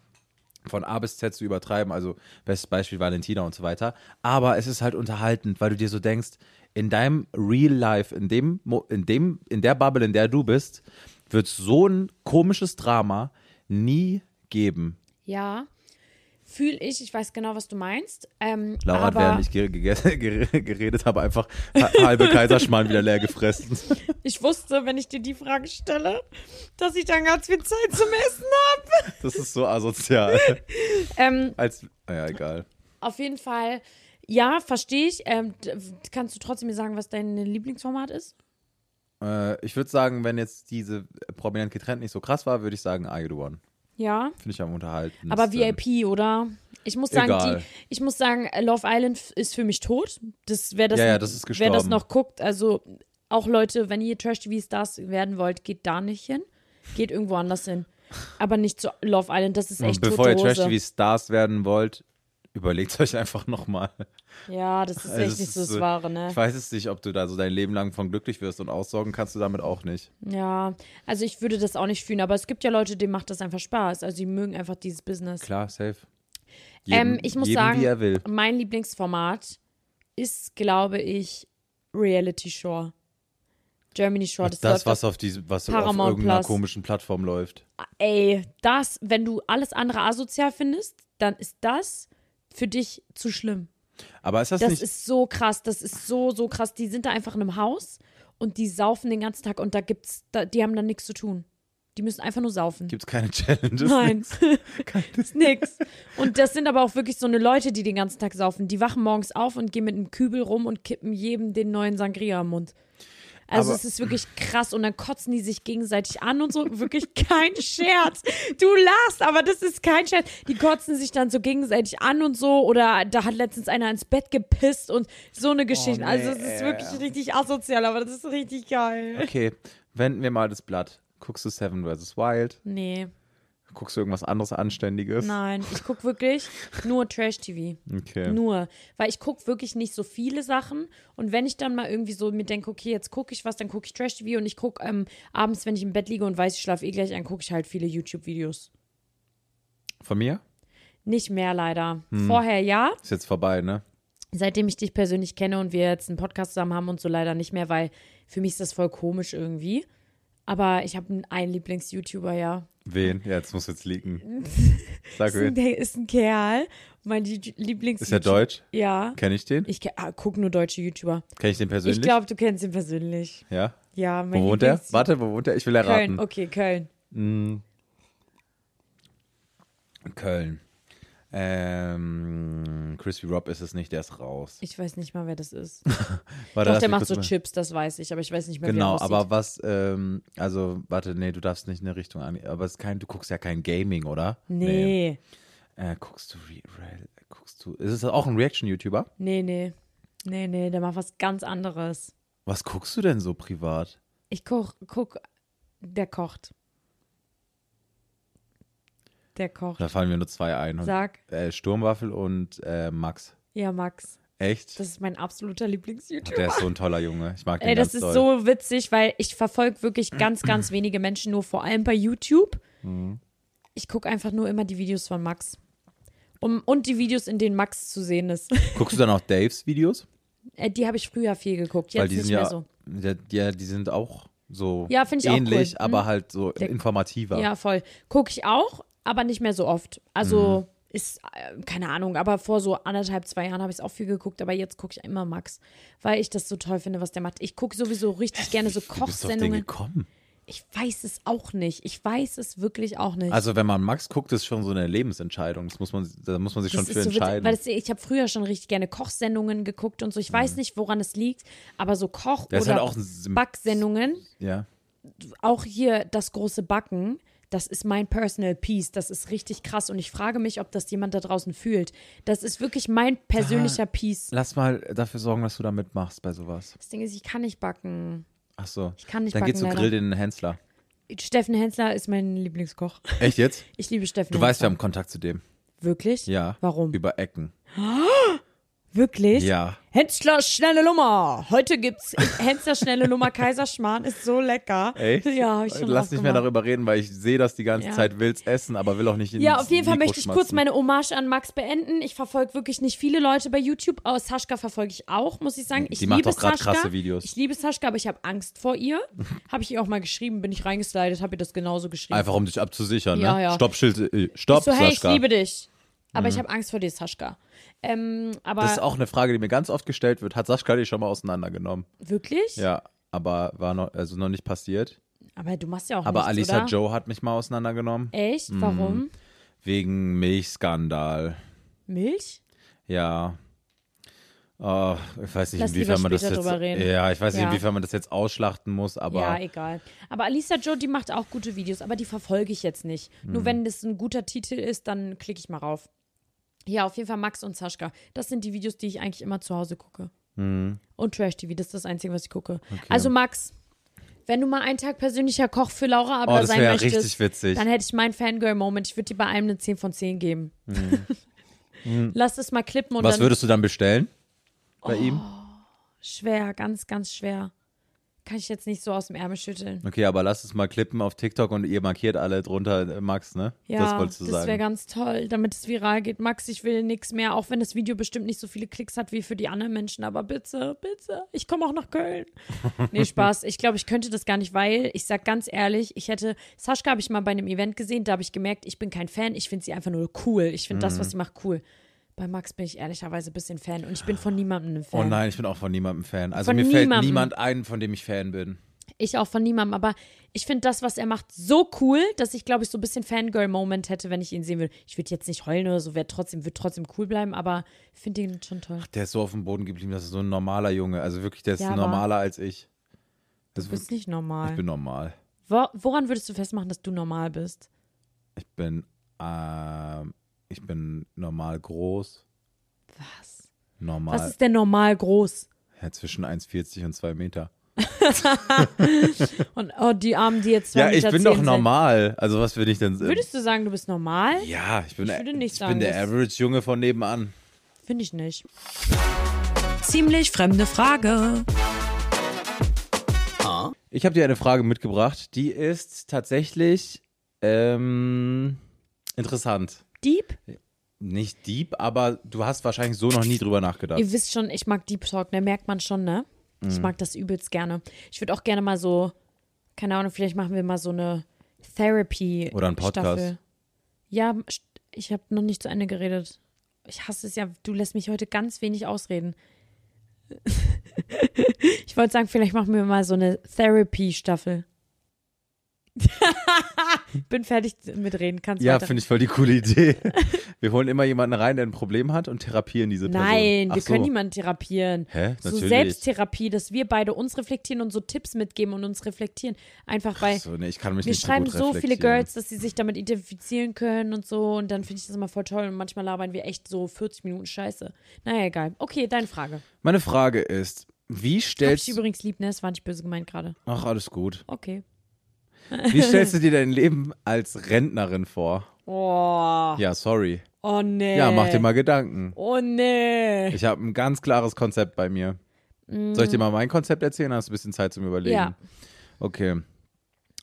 S2: von A bis Z zu übertreiben. Also bestes Beispiel Valentina und so weiter. Aber es ist halt unterhaltend, weil du dir so denkst, in deinem Real Life, in dem, Mo- in dem, in der Bubble, in der du bist, wird so ein komisches Drama nie geben.
S3: Ja, fühle ich. Ich weiß genau, was du meinst. Ähm,
S2: Laura hat,
S3: aber
S2: während ich ge- ge- ge- geredet habe, einfach ha- halbe Kaiserschmarrn wieder leer gefressen.
S3: ich wusste, wenn ich dir die Frage stelle, dass ich dann ganz viel Zeit zum Essen habe.
S2: Das ist so asozial.
S3: Ähm,
S2: Als, ja, egal.
S3: auf jeden Fall, ja, verstehe ich. Ähm, d- kannst du trotzdem mir sagen, was dein Lieblingsformat ist?
S2: Äh, ich würde sagen, wenn jetzt diese äh, prominent getrennt nicht so krass war, würde ich sagen, I do one.
S3: Ja.
S2: Finde ich am unterhalten.
S3: Aber VIP, oder? Ich muss sagen,
S2: äh, Egal.
S3: die, ich muss sagen, äh, Love Island f- ist für mich tot. Das, wer, das,
S2: Ja, ja, das ist
S3: wer das
S2: gestorben.
S3: noch guckt, also auch Leute, wenn ihr Trash-TV-Stars werden wollt, geht da nicht hin. Geht irgendwo anders hin. Aber nicht zu Love Island, das ist echt
S2: Und bevor ihr
S3: tote Hose.
S2: Trash-TV-Stars werden wollt, überlegt euch einfach nochmal.
S3: Ja, das ist echt
S2: Also es
S3: nicht so
S2: ist
S3: das
S2: so-
S3: Wahre, ne?
S2: Ich weiß es nicht, ob du da so dein Leben lang von glücklich wirst und aussorgen kannst du damit auch nicht.
S3: Ja, also ich würde das auch nicht fühlen, aber es gibt ja Leute, denen macht das einfach Spaß. Also die mögen einfach dieses Business.
S2: Klar, safe.
S3: Ähm, ich muss
S2: jedem,
S3: sagen, oh
S2: wie er will.
S3: mein Lieblingsformat ist, glaube ich, Reality Shore. Germany Shore. Das,
S2: Das,
S3: läuft
S2: was auf, diesem, was auf
S3: Paramount
S2: irgendeiner
S3: Plus.
S2: komischen Plattform läuft.
S3: ey, das, wenn du alles andere asozial findest, dann ist das für dich zu schlimm.
S2: Aber ist das,
S3: Das
S2: nicht.
S3: ist so krass, das ist so, so krass. Die sind da einfach in einem Haus und die saufen den ganzen Tag und da gibt's, da, die haben dann nichts zu tun. Die müssen einfach nur saufen.
S2: Gibt es keine Challenges?
S3: Nein.
S2: Keine-
S3: Nix. Und das sind aber auch wirklich so eine Leute, die den ganzen Tag saufen. Die wachen morgens auf und gehen mit einem Kübel rum und kippen jedem den neuen Sangria im Mund. Also
S2: Aber-
S3: es ist wirklich krass und dann kotzen die sich gegenseitig an und so. Wirklich kein Scherz. Du lachst, aber das ist kein Scherz. Die kotzen sich dann so gegenseitig an und so oder da hat letztens einer ins Bett gepisst und so eine Geschichte. also es ist wirklich richtig asozial, aber das ist richtig geil.
S2: Okay, wenden wir mal das Blatt. Guckst du Seven vs. Wild?
S3: Nee,
S2: Guckst du irgendwas anderes Anständiges?
S3: nein. Ich gucke wirklich nur Trash-TV.
S2: Okay.
S3: Nur, weil ich gucke wirklich nicht so viele Sachen und wenn ich dann mal irgendwie so mir denke, okay, jetzt gucke ich was, dann gucke ich Trash-TV und ich gucke ähm, abends, wenn ich im Bett liege und weiß, ich schlafe eh gleich ein, gucke ich halt viele YouTube-Videos.
S2: Von mir?
S3: Nicht mehr leider.
S2: Hm.
S3: Vorher ja,
S2: Ist jetzt vorbei, ne?
S3: seitdem ich dich persönlich kenne und wir jetzt einen Podcast zusammen haben und so leider nicht mehr, weil für mich ist das voll komisch irgendwie. Aber ich habe einen Lieblings-YouTuber, ja.
S2: Wen? Ja, jetzt muss jetzt liegen. Sag
S3: Ist ein,
S2: wen.
S3: der ist ein Kerl. Mein Ju- Lieblings-
S2: Ist er deutsch?
S3: Ja.
S2: Kenne ich den?
S3: Ich ke- ah, guck nur deutsche YouTuber.
S2: Kenne ich den persönlich?
S3: Ich glaube, du kennst ihn persönlich.
S2: ja.
S3: Ja, mein
S2: Wo wohnt er?
S3: Lieblings-
S2: Warte, wo wohnt er? Ich will
S3: Köln,
S2: erraten.
S3: okay, Köln.
S2: Köln. Ähm, Crispy Rob ist es nicht, der ist raus.
S3: Ich weiß nicht mal, wer das ist.
S2: Warte,
S3: Doch,
S2: lass mich
S3: der macht
S2: kurz
S3: so
S2: mal-
S3: Chips, das weiß ich, aber ich weiß nicht mehr,
S2: Genau,
S3: wie er
S2: aber
S3: aussieht.
S2: was, ähm, also, warte, nee, du darfst nicht in eine Richtung an. Aber es ist kein, du guckst ja kein Gaming, oder?
S3: Nee,
S2: Äh, guckst du, Re Re guckst du, ist es auch ein Reaction-YouTuber?
S3: nee, nee. Nee, nee, der macht was ganz anderes.
S2: Was guckst du denn so privat?
S3: Ich koch, guck, der kocht. Der kocht.
S2: Da fallen mir nur zwei ein. Und,
S3: Sag.
S2: Äh, Sturmwaffel und äh, Max.
S3: Ja, Max.
S2: Echt?
S3: Das ist mein absoluter Lieblings-YouTuber.
S2: der ist so ein toller Junge. Ich mag den
S3: Ey,
S2: ganz
S3: das ist
S2: doll.
S3: so witzig, weil ich verfolge wirklich ganz, ganz wenige Menschen, nur vor allem bei YouTube. Mhm. Ich gucke einfach nur immer die Videos von Max. Um, und die Videos, in denen Max zu sehen ist.
S2: Guckst du dann auch Daves Videos?
S3: Äh, die habe ich früher viel geguckt, jetzt
S2: Weil die
S3: nicht
S2: sind
S3: mehr
S2: ja,
S3: so.
S2: ja, ja, die sind auch so
S3: Ja, find ich auch
S2: ähnlich,
S3: cool. Mhm.
S2: aber halt so informativer.
S3: Ja, voll. Gucke ich auch, aber nicht mehr so oft. Also
S2: Mhm.
S3: ist, äh, keine Ahnung, aber vor so anderthalb, zwei Jahren habe ich es auch viel geguckt, aber jetzt gucke ich immer Max, weil ich das so toll finde, was der macht. Ich gucke sowieso richtig gerne so
S2: Wie bist du auf den
S3: Kochsendungen.
S2: gekommen?
S3: Ich weiß es auch nicht. Ich weiß es wirklich auch nicht.
S2: Also wenn man Max guckt, ist schon so eine Lebensentscheidung. Das muss man, da muss man sich schon
S3: Das
S2: für
S3: ist so witzig,
S2: entscheiden.
S3: weil das, ich habe früher schon richtig gerne Kochsendungen geguckt und so. Ich weiß nicht, woran es liegt, aber so Koch-
S2: Der Mhm. ist
S3: oder
S2: halt auch ein Sim-
S3: Backsendungen,
S2: ja.
S3: auch hier das große Backen, das ist mein Personal Piece. Das ist richtig krass und ich frage mich, ob das jemand da draußen fühlt. Das ist wirklich mein persönlicher Piece.
S2: Lass mal dafür sorgen, dass du da mitmachst bei sowas.
S3: Das Ding ist, ich kann nicht backen.
S2: Ach so.
S3: Ich kann nicht
S2: Dann
S3: backen,
S2: geht's zu
S3: leider.
S2: Grill den Hensler.
S3: Steffen Hensler ist mein Lieblingskoch.
S2: Echt jetzt?
S3: Ich liebe Steffen
S2: Du weißt, wir
S3: Hensler.
S2: haben Kontakt zu dem.
S3: Wirklich?
S2: Ja.
S3: Warum?
S2: Über Ecken.
S3: Wirklich?
S2: Ja.
S3: Hensler schnelle Lummer. Heute gibt's Hensler schnelle Lummer Kaiserschmarrn ist so lecker.
S2: Echt?
S3: Ja, hab ich schon
S2: Lass nicht mehr
S3: aufgemacht.
S2: darüber reden, weil ich sehe das die ganze
S3: Ja.
S2: Zeit, will's essen, aber will auch nicht in
S3: Ja, auf jeden Fall möchte ich kurz meine Hommage an Max beenden. Ich verfolge wirklich nicht viele Leute bei YouTube, aber Sascha verfolge ich auch, muss ich sagen. Ich
S2: Die macht
S3: liebe
S2: auch grad
S3: Sascha.
S2: krasse Videos.
S3: Ich liebe Sascha, aber ich habe Angst vor ihr. habe ich ihr auch mal geschrieben, bin ich reingeslidet, habe ihr das genauso geschrieben.
S2: Einfach um dich abzusichern,
S3: Ja,
S2: ne?
S3: ja.
S2: Stoppschild, äh, stopp,
S3: ich so, hey,
S2: Sascha.
S3: ich liebe dich. Aber ich habe Angst vor dir, Sascha. Ähm, aber
S2: Mhm. Das ist auch eine Frage, die mir ganz oft gestellt wird. Hat Sascha dich schon mal auseinandergenommen?
S3: wirklich?
S2: Ja, aber war noch, also noch nicht passiert.
S3: Aber du machst ja auch
S2: Aber
S3: nichts,
S2: Alisa Mhm.
S3: oder?
S2: Joe hat mich mal auseinandergenommen.
S3: Echt? Warum?
S2: Wegen Milchskandal.
S3: Milch?
S2: Ja. Oh, ich weiß nicht, inwiefern
S3: Lass lieber
S2: man das
S3: später
S2: jetzt.
S3: drüber reden.
S2: Ja, ich weiß nicht,
S3: Ja.
S2: inwiefern man das jetzt ausschlachten muss,
S3: ja,
S2: aber
S3: egal. Aber Alisa Joe, die macht auch gute Videos, aber die verfolge ich jetzt nicht.
S2: Hm.
S3: Nur wenn das ein guter Titel ist, dann klicke ich mal rauf. Ja, auf jeden Fall Max und Sascha. Das sind die Videos, die ich eigentlich immer zu Hause gucke.
S2: Hm.
S3: Und Trash TV, das ist das Einzige, was ich gucke. Also Max, wenn du mal einen Tag persönlicher Koch für Laura
S2: Oh,
S3: Abler
S2: das
S3: sein
S2: wär
S3: möchtest,
S2: richtig witzig.
S3: dann hätte ich meinen Fangirl-Moment. Ich würde dir bei einem eine 10 von 10 geben. Lass es mal klippen und
S2: Hm. was
S3: dann Oh.
S2: würdest du dann bestellen? Bei ihm?
S3: schwer, ganz, ganz schwer. Kann ich jetzt nicht so aus dem Ärmel schütteln.
S2: Okay, aber lass es mal klippen auf TikTok und ihr markiert alle drunter äh, Max, ne?
S3: Ja,
S2: das wolltest du sagen.
S3: wäre ganz toll, damit es viral geht. Max, ich will nichts mehr, auch wenn das Video bestimmt nicht so viele Klicks hat wie für die anderen Menschen. Aber bitte, bitte, ich komme auch nach Köln. Nee, Spaß. Ich glaube, ich könnte das gar nicht, weil ich sag ganz ehrlich, ich hätte, Sascha habe ich mal bei einem Event gesehen, da habe ich gemerkt, ich bin kein Fan, ich finde sie einfach nur cool. Ich finde
S2: Mhm.
S3: das, was sie macht, cool. Bei Max bin ich ehrlicherweise ein bisschen Fan und ich bin von niemandem ein Fan.
S2: Oh nein, ich bin auch von niemandem Fan. Also
S3: Von
S2: mir fällt
S3: niemandem.
S2: niemand ein, von dem ich Fan bin.
S3: Ich auch von niemandem, aber ich finde das, was er macht, so cool, dass ich, glaube ich, so ein bisschen Fangirl-Moment hätte, wenn ich ihn sehen würde. Ich würde jetzt nicht heulen oder so, wäre trotzdem, würde trotzdem cool bleiben, aber ich finde ihn schon toll.
S2: Der ist so auf dem Boden geblieben, das ist so ein normaler Junge. Also wirklich, der ist
S3: Ja, aber-
S2: normaler als ich. Das
S3: Du bist
S2: wirklich-
S3: nicht normal.
S2: ich bin normal.
S3: Wo, woran würdest du festmachen, dass du normal bist?
S2: Ich bin, ähm, ich bin normal groß.
S3: Was?
S2: Normal.
S3: Was ist denn normal groß?
S2: ja, zwischen 1,40 und 2 Meter.
S3: Und oh, die Armen, die jetzt zwei
S2: Ja, ich
S3: Meter
S2: bin
S3: zehn
S2: doch normal. Also was bin ich denn? äh,
S3: Sind. Würdest du sagen, du bist normal?
S2: ja, ich bin,
S3: Ich würde nicht
S2: ich
S3: sagen,
S2: bin der
S3: dass-
S2: Average-Junge von nebenan.
S3: Finde ich nicht.
S1: Ziemlich fremde Frage.
S2: Ich habe dir eine Frage mitgebracht, die ist tatsächlich ähm, interessant.
S3: Deep?
S2: Nicht deep, aber du hast wahrscheinlich so noch nie drüber nachgedacht.
S3: Ihr wisst schon, ich
S2: Mhm.
S3: mag Deep Talk, ne? Merkt man schon, ne? Ich mag das übelst gerne. Ich würde auch gerne mal so Keine Ahnung, vielleicht machen wir mal so eine Therapy.
S2: Oder einen Podcast.
S3: Staffel. Ja, st- ich habe noch nicht zu Ende geredet. Ich hasse es ja, du lässt mich heute ganz wenig ausreden. ich wollte sagen, vielleicht machen wir mal so eine Therapy-Staffel. Bin fertig mit reden, kannst
S2: Ja,
S3: weiter.
S2: finde ich voll die coole Idee. Wir holen immer jemanden rein, der ein Problem hat und therapieren diese Person. Also,
S3: Nein,
S2: Ach
S3: wir
S2: so.
S3: können niemanden therapieren.
S2: Hä?
S3: So
S2: Natürlich.
S3: Selbsttherapie, dass wir beide uns reflektieren und so Tipps mitgeben und uns reflektieren. Einfach weil
S2: So, nee, ich kann mich
S3: wir
S2: nicht
S3: schreiben
S2: so, gut
S3: so viele
S2: reflektieren.
S3: Girls, dass sie sich damit identifizieren können und so. Und dann finde ich das immer voll toll. Und manchmal labern wir echt so 40 Minuten Scheiße. Naja, egal. Okay, deine Frage.
S2: Meine Frage ist, wie
S3: Hab ich
S2: stellst du.
S3: übrigens lieb, ne? Das war nicht böse gemeint gerade.
S2: Ach, alles gut.
S3: Okay.
S2: Wie stellst du dir dein Leben als Rentnerin vor?
S3: Oh,
S2: Ja, sorry.
S3: oh nee.
S2: Ja, mach dir mal Gedanken.
S3: Oh nee.
S2: Ich habe ein ganz klares Konzept bei mir. Soll ich dir mal mein Konzept erzählen? Hast du ein bisschen Zeit zum Überlegen?
S3: Ja.
S2: Okay.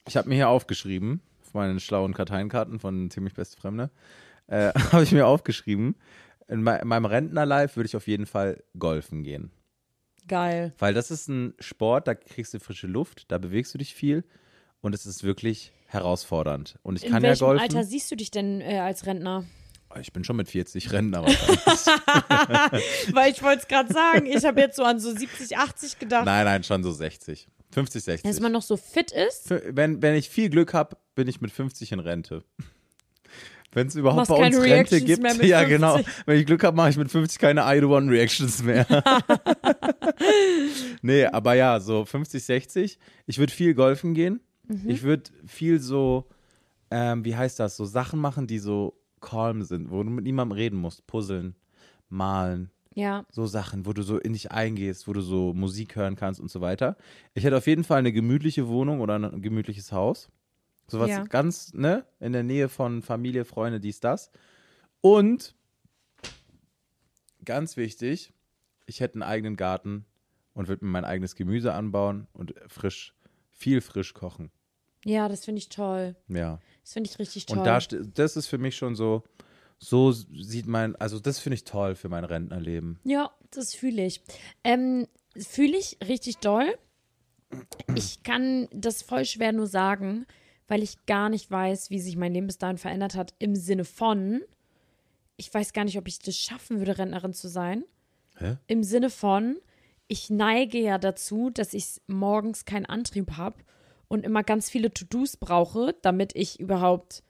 S2: Ich habe mir hier aufgeschrieben, auf meinen schlauen Karteienkarten von ziemlich beste Fremde, äh, habe ich mir aufgeschrieben, in, mei- in meinem Rentnerlife würde ich auf jeden Fall golfen gehen.
S3: Geil.
S2: Weil das ist ein Sport, da kriegst du frische Luft, da bewegst du dich viel und es ist wirklich herausfordernd. Und ich
S3: In
S2: kann ja
S3: welchem
S2: golfen.
S3: Alter siehst du dich denn äh, als Rentner?
S2: ich bin schon mit 40 Rentner wahrscheinlich.
S3: Weil ich wollte es gerade sagen, ich habe jetzt so an so 70, 80 gedacht.
S2: nein, nein, schon so 60. 50, 60.
S3: Dass man noch so fit ist.
S2: Für- wenn, wenn ich viel Glück habe, bin ich mit 50 in Rente. Wenn es überhaupt
S3: Machst
S2: bei uns
S3: keine
S2: Rente
S3: Reactions
S2: gibt,
S3: mehr mit
S2: ja genau.
S3: 50.
S2: Wenn ich Glück habe, mache ich mit 50 keine I-One-Reactions mehr. nee, aber ja, so 50, 60. Ich würde viel golfen gehen.
S3: Mhm.
S2: Ich würde viel so, ähm, wie heißt das, so Sachen machen, die so calm sind, wo du mit niemandem reden musst. Puzzeln, malen,
S3: Ja.
S2: so Sachen, wo du so in dich eingehst, wo du so Musik hören kannst und so weiter. Ich hätte auf jeden Fall eine gemütliche Wohnung oder ein gemütliches Haus. Sowas
S3: Ja.
S2: ganz, ne? In der Nähe von Familie, Freunde, dies, das. Und ganz wichtig, ich hätte einen eigenen Garten und würde mir mein eigenes Gemüse anbauen und frisch, viel frisch kochen.
S3: Ja, das finde ich toll.
S2: Ja.
S3: Das finde ich richtig toll.
S2: Und da, ste- das ist für mich schon so, so sieht mein, also das finde ich toll für mein Rentnerleben.
S3: ja, das fühle ich. Ähm, fühle ich richtig doll. Ich kann das voll schwer nur sagen, weil ich gar nicht weiß, wie sich mein Leben bis dahin verändert hat. Im Sinne von, ich weiß gar nicht, ob ich das schaffen würde, Rentnerin zu sein.
S2: Hä?
S3: Im Sinne von, ich neige ja dazu, dass ich morgens keinen Antrieb habe und immer ganz viele To-Dos brauche, damit ich überhaupt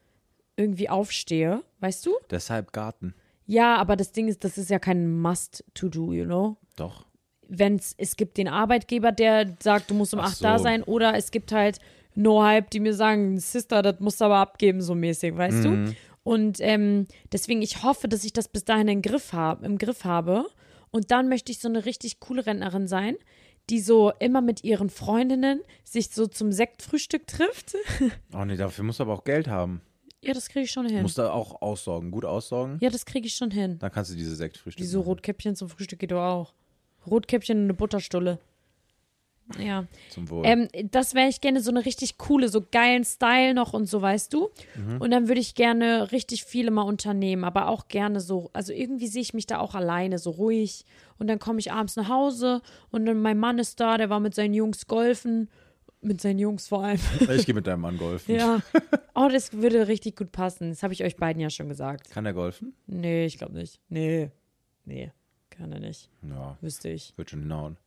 S3: irgendwie aufstehe. Weißt du?
S2: Deshalb Garten.
S3: Ja, aber das Ding ist, das ist ja kein Must-to-do, you know?
S2: Doch.
S3: Wenn's, es gibt den Arbeitgeber, der sagt, du musst um
S2: Ach
S3: 8 da
S2: so.
S3: sein, oder es gibt halt No-Hype, die mir sagen, Sister, das musst du aber abgeben, so mäßig, weißt
S2: Mhm.
S3: du? Und ähm, deswegen, ich hoffe, dass ich das bis dahin im Griff, hab, im Griff habe. Und dann möchte ich so eine richtig coole Rentnerin sein, die so immer mit ihren Freundinnen sich so zum Sektfrühstück trifft.
S2: Oh nee, dafür musst du aber auch Geld haben.
S3: ja, das kriege ich schon
S2: Du
S3: hin.
S2: musst da auch aussorgen, gut aussorgen.
S3: Ja, das kriege ich schon hin.
S2: Dann kannst du diese Sektfrühstücke.
S3: Wieso
S2: machen,
S3: Rotkäppchen zum Frühstück geht doch auch? Rotkäppchen und eine Butterstulle. Ja.
S2: Zum Wohl.
S3: Ähm, das wäre ich gerne so eine richtig coole, so geilen Style noch und so, weißt du? Und dann würde ich gerne richtig viele mal unternehmen, aber auch gerne so, also irgendwie sehe ich mich da auch alleine, so ruhig. Und dann komme ich abends nach Hause und dann mein Mann ist da, der war mit seinen Jungs golfen. Mit seinen Jungs vor allem.
S2: ich gehe mit deinem Mann golfen.
S3: Ja. Oh, das würde richtig gut passen. Das habe ich euch beiden ja schon gesagt.
S2: Kann er golfen?
S3: Nee, ich glaube nicht. Nee. Nee, kann er nicht.
S2: Ja.
S3: Wüsste ich.
S2: Wird schon hinhauen.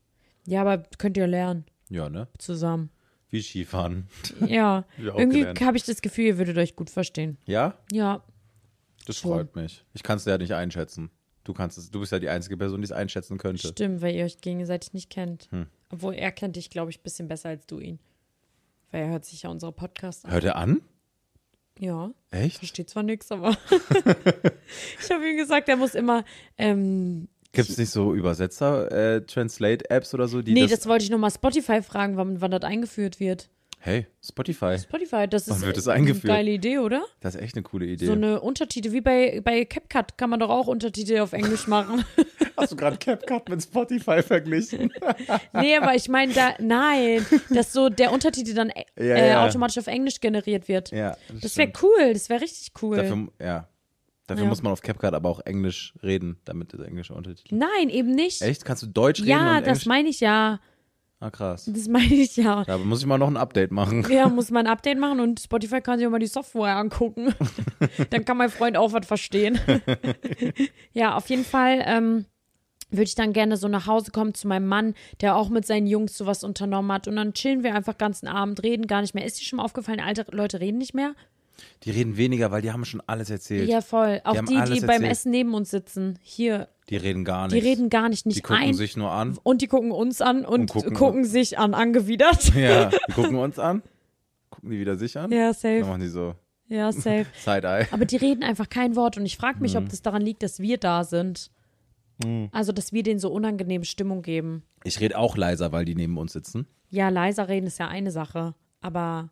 S3: Ja, aber könnt ihr lernen
S2: Ja, ne?
S3: zusammen.
S2: Wie Skifahren.
S3: Ja,
S2: Ja, auch
S3: irgendwie
S2: gelernt.
S3: habe ich das Gefühl, ihr würdet euch gut verstehen.
S2: Ja?
S3: Ja,
S2: Das
S3: Schon.
S2: freut mich. Ich kann es ja nicht einschätzen. Du kannst es, du bist ja die einzige Person, die es einschätzen könnte.
S3: stimmt, weil ihr euch gegenseitig nicht kennt.
S2: Hm.
S3: Obwohl er kennt dich, glaube ich, ein bisschen besser als du ihn. Weil er hört sich ja unsere Podcasts an.
S2: Hört er an?
S3: Ja,
S2: Echt?
S3: versteht zwar nichts, aber ich habe ihm gesagt, er muss immer. Ähm,
S2: Gibt es nicht so Übersetzer, äh, Translate-Apps oder so, die
S3: nee, das,
S2: das,
S3: wollte ich nochmal Spotify fragen, wann, wann das eingeführt wird.
S2: Hey, Spotify.
S3: Spotify, das
S2: Wann
S3: ist
S2: wird das
S3: eine
S2: eingeführt?
S3: geile Idee, oder?
S2: Das ist echt eine coole Idee.
S3: So eine Untertitel, wie bei, bei CapCut kann man doch auch Untertitel auf Englisch machen.
S2: Hast du gerade CapCut mit Spotify verglichen?
S3: Nee, aber ich meine, da, nein, dass so der Untertitel dann äh,
S2: Ja,
S3: äh,
S2: ja.
S3: automatisch auf Englisch generiert wird.
S2: ja.
S3: das
S2: stimmt.
S3: wäre cool, das wäre richtig cool.
S2: Dafür, ja. Dafür
S3: Ja.
S2: muss man auf CapCut aber auch Englisch reden, damit es englische Untertitel.
S3: nein, eben nicht.
S2: Echt? Kannst du Deutsch reden? und
S3: ja, das
S2: Englisch?
S3: meine ich ja.
S2: Ah, krass.
S3: Das meine ich ja.
S2: Da muss ich mal noch ein Update machen.
S3: Ja, muss man ein Update machen und Spotify kann sich auch mal die Software angucken. Dann kann mein Freund auch was verstehen. ja, auf jeden Fall ähm, würde ich dann gerne so nach Hause kommen zu meinem Mann, der auch mit seinen Jungs sowas unternommen hat. Und dann chillen wir einfach ganzen Abend, reden gar nicht mehr. Ist dir schon mal aufgefallen, alte Leute reden nicht mehr?
S2: Die reden weniger, weil die haben schon alles erzählt.
S3: Ja, voll. Auch
S2: haben
S3: die, die,
S2: alles
S3: beim
S2: erzählt.
S3: Essen neben uns sitzen. Hier,
S2: Die reden gar
S3: die
S2: nicht.
S3: reden gar nicht, nicht
S2: Die gucken
S3: ein.
S2: sich nur an.
S3: und die gucken uns an und, gucken,
S2: gucken- ne?
S3: sich an, angewidert.
S2: Ja, die gucken uns an. Gucken die wieder sich an.
S3: Ja,
S2: Dann
S3: safe.
S2: machen die so
S3: Ja, safe.
S2: Side-Eye.
S3: Aber die reden einfach kein Wort und ich frage mich,
S2: Mhm.
S3: ob das daran liegt, dass wir da sind. Also, dass wir denen so unangenehme Stimmung geben.
S2: Ich rede auch leiser, weil die neben uns sitzen.
S3: Ja, leiser reden ist ja eine Sache, aber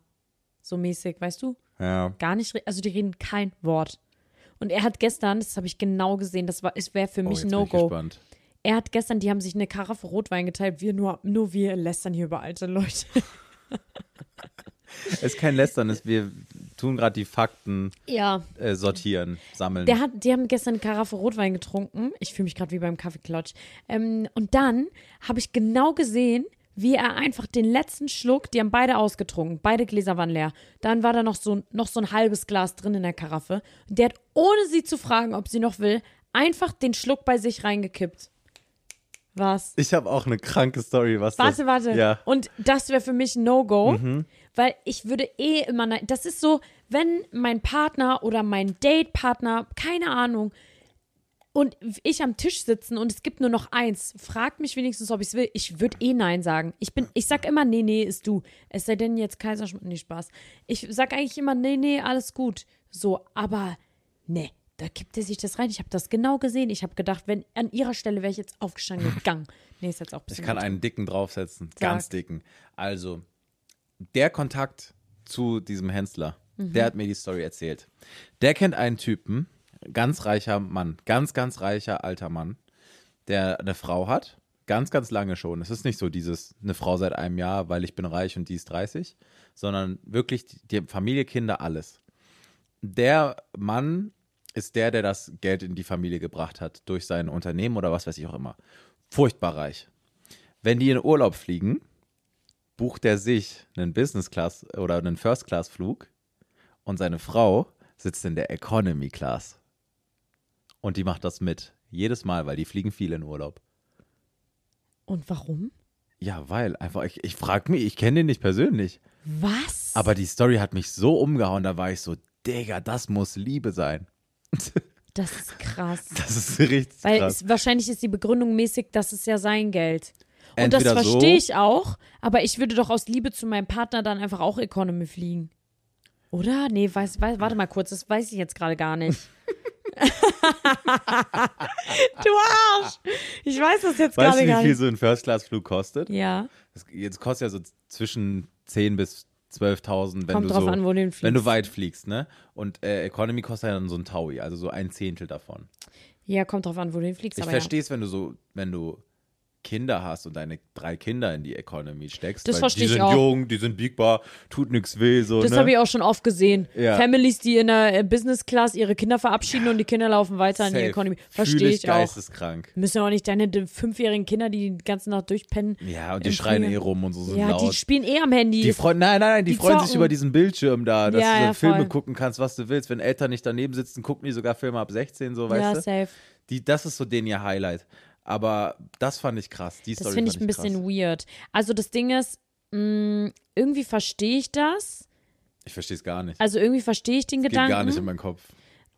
S3: so mäßig, weißt du?
S2: Ja.
S3: Gar nicht, re- also die reden kein Wort. Und er hat gestern, das habe ich genau gesehen, das war, es wäre für
S2: Oh,
S3: mich
S2: jetzt bin ich
S3: No-Go.
S2: gespannt.
S3: Er hat gestern, die haben sich eine Karaffe Rotwein geteilt, wir nur, nur wir lästern hier über alte Leute.
S2: Ist kein Lästern, ist, wir tun gerade die Fakten
S3: Ja.
S2: äh, sortieren, sammeln.
S3: Der hat, die haben gestern eine Karaffe Rotwein getrunken. Ich fühle mich gerade wie beim Kaffeeklatsch. Ähm, und dann habe ich genau gesehen, wie er einfach den letzten Schluck, die haben beide ausgetrunken, beide Gläser waren leer. Dann war da noch so, noch so ein halbes Glas drin in der Karaffe. Und der hat, ohne sie zu fragen, ob sie noch will, einfach den Schluck bei sich reingekippt. Was?
S2: ich habe auch eine kranke Story, was
S3: Warte,
S2: das,
S3: warte.
S2: Ja. Mhm.
S3: Und das wäre für mich ein No-Go, weil ich würde eh immer. ne- Das ist so, wenn mein Partner oder mein Date-Partner, keine Ahnung, und ich am Tisch sitzen und es gibt nur noch eins, fragt mich wenigstens, ob ich es will. Ich würde eh Nein sagen. Ich bin, ich sag immer, nee, nee, ist du. Es sei denn jetzt Kaiserschmarrn, nee, Spaß. Ich sag eigentlich immer, nee, nee, alles gut. So, aber nee, da gibt er sich das rein. Ich habe das genau gesehen. Ich habe gedacht, wenn an ihrer Stelle wäre ich jetzt aufgestanden gegangen. Nee, ist jetzt auch ein bisschen
S2: Ich kann
S3: übertrieben.
S2: einen dicken draufsetzen, ganz dicken. Also, der Kontakt zu diesem Hänsler, der hat mir die Story erzählt. Der kennt einen Typen, ganz reicher Mann, ganz, ganz reicher alter Mann, der eine Frau hat, ganz, ganz lange schon. Es ist nicht so dieses, eine Frau seit einem Jahr, weil ich bin reich und die ist 30, sondern wirklich die die Familie, Kinder, alles. Der Mann ist der, der das Geld in die Familie gebracht hat, durch sein Unternehmen oder was weiß ich auch immer. Furchtbar reich wenn die in Urlaub fliegen, bucht er sich einen Business Class oder einen First Class Flug und seine Frau sitzt in der Economy Class. Und die macht das mit. Jedes Mal, weil die fliegen viel in Urlaub.
S3: Und warum?
S2: Ja, weil einfach, ich, ich frag mich, ich kenne den nicht persönlich.
S3: Was?
S2: Aber die Story hat mich so umgehauen, da war ich so, Digga, das muss Liebe sein.
S3: das ist krass.
S2: Das ist richtig
S3: Weil
S2: krass.
S3: es, wahrscheinlich ist die Begründung mäßig, das ist ja sein Geld. Und
S2: Entweder
S3: das
S2: so-
S3: verstehe ich auch, aber ich würde doch aus Liebe zu meinem Partner dann einfach auch Economy fliegen. Oder? Nee, weiß, weiß, warte mal kurz, das weiß ich jetzt gerade gar nicht. du Arsch! Ich weiß das jetzt
S2: Weißt
S3: gerade
S2: du,
S3: gar
S2: wie viel
S3: nicht.
S2: so ein First Class Flug kostet?
S3: ja.
S2: Das, jetzt kostet ja so zwischen 10 bis 12.000, wenn
S3: Kommt
S2: du
S3: drauf
S2: so,
S3: an, wo du hin fliegst.
S2: wenn du weit fliegst, ne? Und äh, Economy kostet ja dann so ein Taui, also so ein Zehntel davon.
S3: Ja, kommt drauf an, wo du hinfliegst.
S2: Ich
S3: aber ja.
S2: verstehe es, wenn du so, wenn du Kinder hast und deine drei Kinder in die Economy steckst.
S3: Das
S2: weil
S3: verstehe
S2: Die
S3: ich
S2: sind
S3: auch.
S2: jung, die sind biegbar, tut nix weh, so.
S3: Das
S2: ne?
S3: habe ich auch schon oft gesehen.
S2: Ja.
S3: Families, die in der äh, Business Class ihre Kinder verabschieden und die Kinder laufen weiter in die
S2: Safe.
S3: Economy.
S2: Fühl
S3: Verstehe
S2: dich
S3: ich auch.
S2: geisteskrank.
S3: Müssen auch nicht deine d- fünfjährigen Kinder, die die ganze Nacht durchpennen.
S2: Ja, und die
S3: im
S2: schreien
S3: Flieger-
S2: eh rum und so sind
S3: Ja, die
S2: laut.
S3: spielen eh am Handy.
S2: Die freuen, nein, nein, nein, die,
S3: Die
S2: freuen sich
S3: zocken.
S2: über diesen Bildschirm da, dass
S3: Ja,
S2: du so
S3: ja,
S2: Filme
S3: voll.
S2: gucken kannst, was du willst. Wenn Eltern nicht daneben sitzen, gucken die sogar Filme ab 16, so, weißt
S3: ja,
S2: du?
S3: safe.
S2: Die, das ist so den ihr Highlight. Aber das fand ich krass. Die
S3: Das
S2: Story
S3: finde ich
S2: fand
S3: ein bisschen
S2: krass.
S3: weird. Also das Ding ist, mh, irgendwie verstehe ich das.
S2: Ich verstehe es gar nicht.
S3: Also irgendwie verstehe ich den
S2: Geht gar nicht
S3: Gedanken.
S2: in meinen Kopf.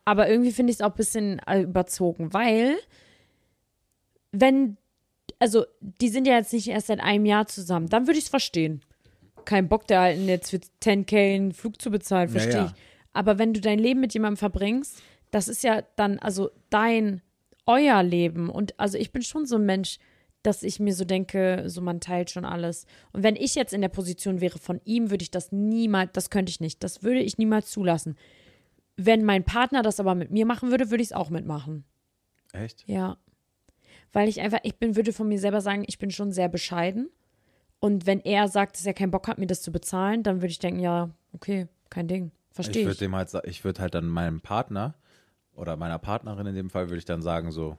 S3: Aber irgendwie finde ich es auch ein bisschen äh, überzogen, weil wenn, also die sind ja jetzt nicht erst seit einem Jahr zusammen, dann würde ich es verstehen. Kein Bock der Alten jetzt für 10k einen Flug zu bezahlen, verstehe
S2: Naja.
S3: ich. Aber wenn du dein Leben mit jemandem verbringst, das ist ja dann also dein, euer Leben. Und also ich bin schon so ein Mensch, dass ich mir so denke, so man teilt schon alles. Und wenn ich jetzt in der Position wäre von ihm, würde ich das niemals, das könnte ich nicht, das würde ich niemals zulassen. Wenn mein Partner das aber mit mir machen würde, würde ich es auch mitmachen.
S2: Echt?
S3: Ja. Weil ich einfach, ich bin, würde von mir selber sagen, ich bin schon sehr bescheiden. Und wenn er sagt, dass er keinen Bock hat, mir das zu bezahlen, dann würde ich denken, ja, okay, kein Ding.
S2: Ich
S3: Verstehe
S2: würde
S3: ich.
S2: dem halt, sa- ich würde halt dann meinem Partner oder meiner Partnerin in dem Fall würde ich dann sagen so,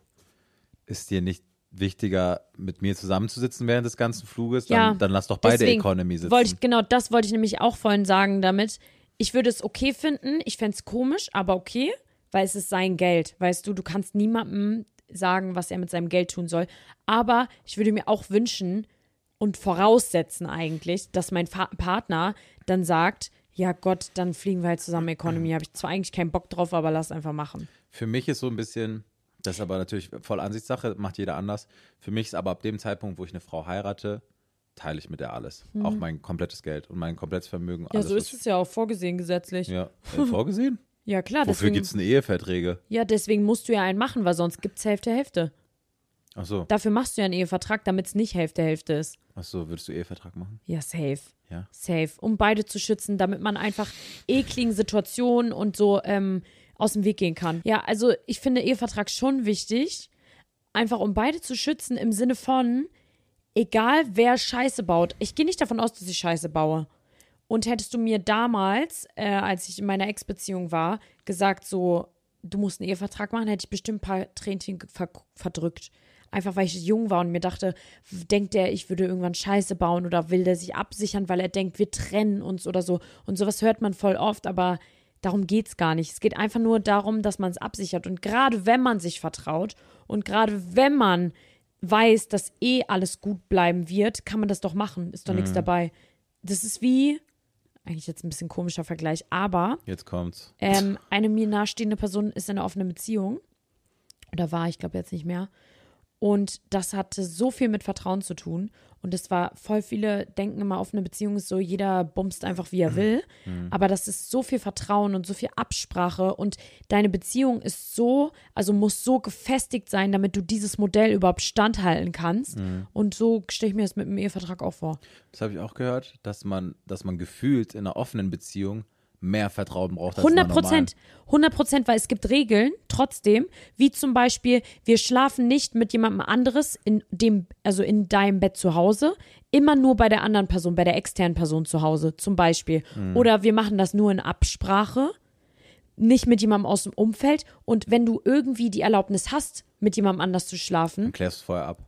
S2: ist dir nicht wichtiger, mit mir zusammenzusitzen während des ganzen Fluges, dann,
S3: Ja.
S2: dann lass doch beide
S3: Deswegen
S2: Economy sitzen.
S3: Wollte ich, genau das wollte ich nämlich auch vorhin sagen damit. Ich würde es okay finden, ich fände es komisch, aber okay, weil es ist sein Geld. Weißt du, du kannst niemandem sagen, was er mit seinem Geld tun soll. Aber ich würde mir auch wünschen und voraussetzen eigentlich, dass mein Fa Partner dann sagt, ja Gott, dann fliegen wir halt zusammen Economy. Habe ich zwar eigentlich keinen Bock drauf, aber lass einfach machen.
S2: Für mich ist so ein bisschen, das ist aber natürlich voll Ansichtssache, macht jeder anders. Für mich ist aber ab dem Zeitpunkt, wo ich eine Frau heirate, teile ich mit der alles. Auch mein komplettes Geld und mein komplettes Vermögen.
S3: Mhm. Ja,
S2: alles,
S3: so
S2: was
S3: ist es ja auch vorgesehen gesetzlich. Ja,
S2: Also Ja, äh, vorgesehen?
S3: klar.
S2: Wofür
S3: Deswegen,
S2: gibt es denn Eheverträge?
S3: ja, deswegen musst du ja einen machen, weil sonst gibt es Hälfte, Hälfte.
S2: Ach so,
S3: Dafür machst du ja einen Ehevertrag, damit es nicht Hälfte Hälfte ist.
S2: ach so, würdest du Ehevertrag machen?
S3: Ja, safe.
S2: Ja.
S3: Safe. Um beide zu schützen, damit man einfach ekligen Situationen und so ähm, aus dem Weg gehen kann. Ja, also ich finde Ehevertrag schon wichtig. Einfach um beide zu schützen im Sinne von, egal wer Scheiße baut. Ich gehe nicht davon aus, dass ich Scheiße baue. Und hättest du mir damals, äh, als ich in meiner Ex-Beziehung war, gesagt, so, du musst einen Ehevertrag machen, hätte ich bestimmt ein paar Tränchen ge- ver verdrückt. Einfach weil ich jung war und mir dachte, w- denkt der, ich würde irgendwann Scheiße bauen oder will der sich absichern, weil er denkt, wir trennen uns oder so. Und sowas hört man voll oft, aber darum geht es gar nicht. Es geht einfach nur darum, dass man es absichert. Und gerade wenn man sich vertraut und gerade wenn man weiß, dass eh alles gut bleiben wird, kann man das doch machen. Ist doch nichts dabei. Das ist wie, eigentlich jetzt ein bisschen komischer Vergleich, aber
S2: Jetzt kommt's.
S3: ähm, eine mir nahestehende Person ist in einer offenen Beziehung. Oder war, ich glaube jetzt nicht mehr. Und das hatte so viel mit Vertrauen zu tun. Und es war voll viele denken immer, offene Beziehung ist so, jeder bumst einfach, wie er will. Aber das ist so viel Vertrauen und so viel Absprache. Und deine Beziehung ist so, also muss so gefestigt sein, damit du dieses Modell überhaupt standhalten kannst. Und so stelle ich mir das mit dem Ehevertrag auch vor.
S2: Das habe ich auch gehört, dass man, dass man gefühlt in einer offenen Beziehung mehr Vertrauen braucht als
S3: 100
S2: in einer normalen.
S3: Prozent. 100 Prozent, weil es gibt Regeln trotzdem, wie zum Beispiel, wir schlafen nicht mit jemandem anderes in dem, also in deinem Bett zu Hause, immer nur bei der anderen Person, bei der externen Person zu Hause zum Beispiel.
S2: Mhm.
S3: Oder wir machen das nur in Absprache, nicht mit jemandem aus dem Umfeld. Und wenn du irgendwie die Erlaubnis hast, mit jemandem anders zu schlafen,
S2: Dann klärst du es vorher ab.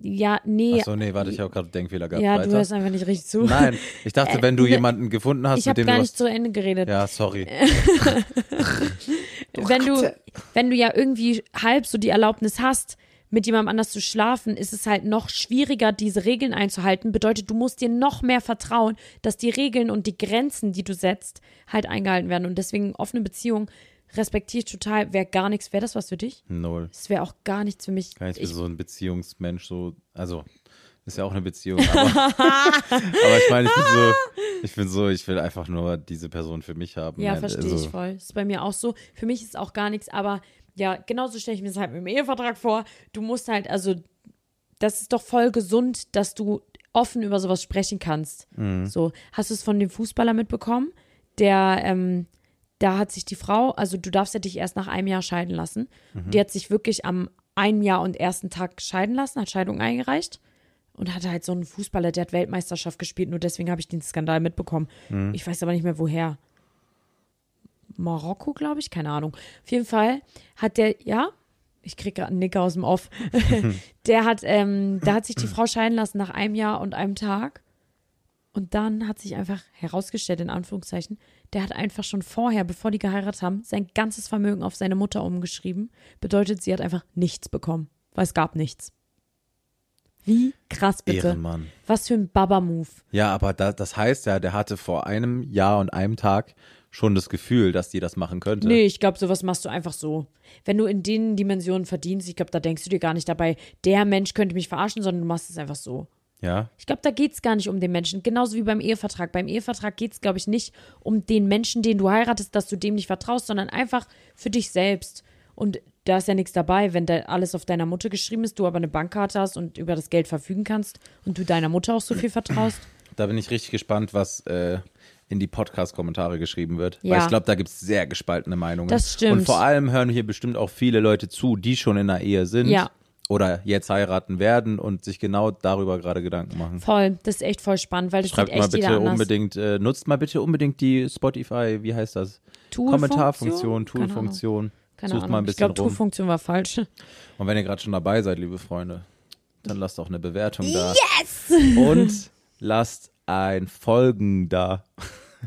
S3: ja, nee,
S2: Achso, nee, warte, ich habe gerade Denkfehler gehabt.
S3: ja,
S2: Weiter.
S3: du hörst einfach nicht richtig zu.
S2: Nein, ich dachte, wenn du
S3: Äh, ne,
S2: jemanden gefunden hast,
S3: ich
S2: mit
S3: habe
S2: dem du
S3: gar
S2: was.
S3: nicht Äh. zu Ende geredet.
S2: Ja, sorry.
S3: wenn du, wenn du ja irgendwie halb so die Erlaubnis hast, mit jemandem anders zu schlafen, ist es halt noch schwieriger, diese Regeln einzuhalten. Bedeutet, du musst dir noch mehr vertrauen, dass die Regeln und die Grenzen, die du setzt, halt eingehalten werden. Und deswegen offene Beziehung respektiere ich total. Wäre gar nichts. Wäre das was für dich?
S2: Null.
S3: Es wäre auch gar nichts für mich.
S2: Gar nicht
S3: ich,
S2: so ein Beziehungsmensch, so, also, ist ja auch eine Beziehung, aber, aber ich meine, ich bin so, ich bin so, ich will einfach nur diese Person für mich haben.
S3: ja,
S2: Nein,
S3: verstehe
S2: also,
S3: ich voll. Ist bei mir auch so. Für mich ist auch gar nichts, aber ja, genauso stelle ich mir das halt mit dem Ehevertrag vor. Du musst halt, also, das ist doch voll gesund, dass du offen über sowas sprechen kannst. So, hast du es von dem Fußballer mitbekommen? Der, ähm, da hat sich die Frau, also du darfst ja dich erst nach einem Jahr scheiden lassen. Die hat sich wirklich am einem Jahr und ersten Tag scheiden lassen, hat Scheidung eingereicht und hatte halt so einen Fußballer, der hat Weltmeisterschaft gespielt, nur deswegen habe ich den Skandal mitbekommen. Ich weiß aber nicht mehr woher. Marokko, glaube ich, keine Ahnung. Auf jeden Fall hat der, ja, ich kriege gerade einen Nicker aus dem Off. der hat, ähm, da hat sich die Frau scheiden lassen nach einem Jahr und einem Tag. Und dann hat sich einfach herausgestellt, in Anführungszeichen, der hat einfach schon vorher, bevor die geheiratet haben, sein ganzes Vermögen auf seine Mutter umgeschrieben. Bedeutet, sie hat einfach nichts bekommen, weil es gab nichts. Wie krass bitte.
S2: Ehrenmann.
S3: Was für ein Baba-Move.
S2: Ja, aber da, das heißt ja, der hatte vor einem Jahr und einem Tag schon das Gefühl, dass die das machen könnte.
S3: Nee, ich glaube, sowas machst du einfach so. Wenn du in den Dimensionen verdienst, ich glaube, da denkst du dir gar nicht dabei, der Mensch könnte mich verarschen, sondern du machst es einfach so.
S2: Ja,
S3: Ich glaube, da geht es gar nicht um den Menschen. Genauso wie beim Ehevertrag. Beim Ehevertrag geht es, glaube ich, nicht um den Menschen, den du heiratest, dass du dem nicht vertraust, sondern einfach für dich selbst. Und da ist ja nichts dabei, wenn da alles auf deiner Mutter geschrieben ist, du aber eine Bankkarte hast und über das Geld verfügen kannst und du deiner Mutter auch so viel vertraust.
S2: da bin ich richtig gespannt, was äh, in die Podcast-Kommentare geschrieben wird.
S3: Ja.
S2: Weil ich glaube, da gibt es sehr gespaltene Meinungen.
S3: Das stimmt.
S2: Und vor allem hören hier bestimmt auch viele Leute zu, die schon in einer Ehe sind
S3: Ja.
S2: oder jetzt heiraten werden und sich genau darüber gerade Gedanken machen.
S3: Voll, das ist echt voll spannend, weil das
S2: Schreibt
S3: sieht echt
S2: mal
S3: jeder
S2: bitte
S3: anders.
S2: unbedingt, äh, nutzt mal bitte unbedingt die Spotify, wie heißt das?
S3: Tool-Funktion?
S2: Kommentarfunktion,
S3: Keine Ahnung.
S2: Toolfunktion.
S3: Keine
S2: Sucht
S3: Ahnung.
S2: mal ein
S3: ich
S2: bisschen
S3: glaube,
S2: rum.
S3: Tu-Funktion war falsch.
S2: Und wenn ihr gerade schon dabei seid, liebe Freunde, dann lasst auch eine Bewertung da. Yes! Und lasst ein Folgen da.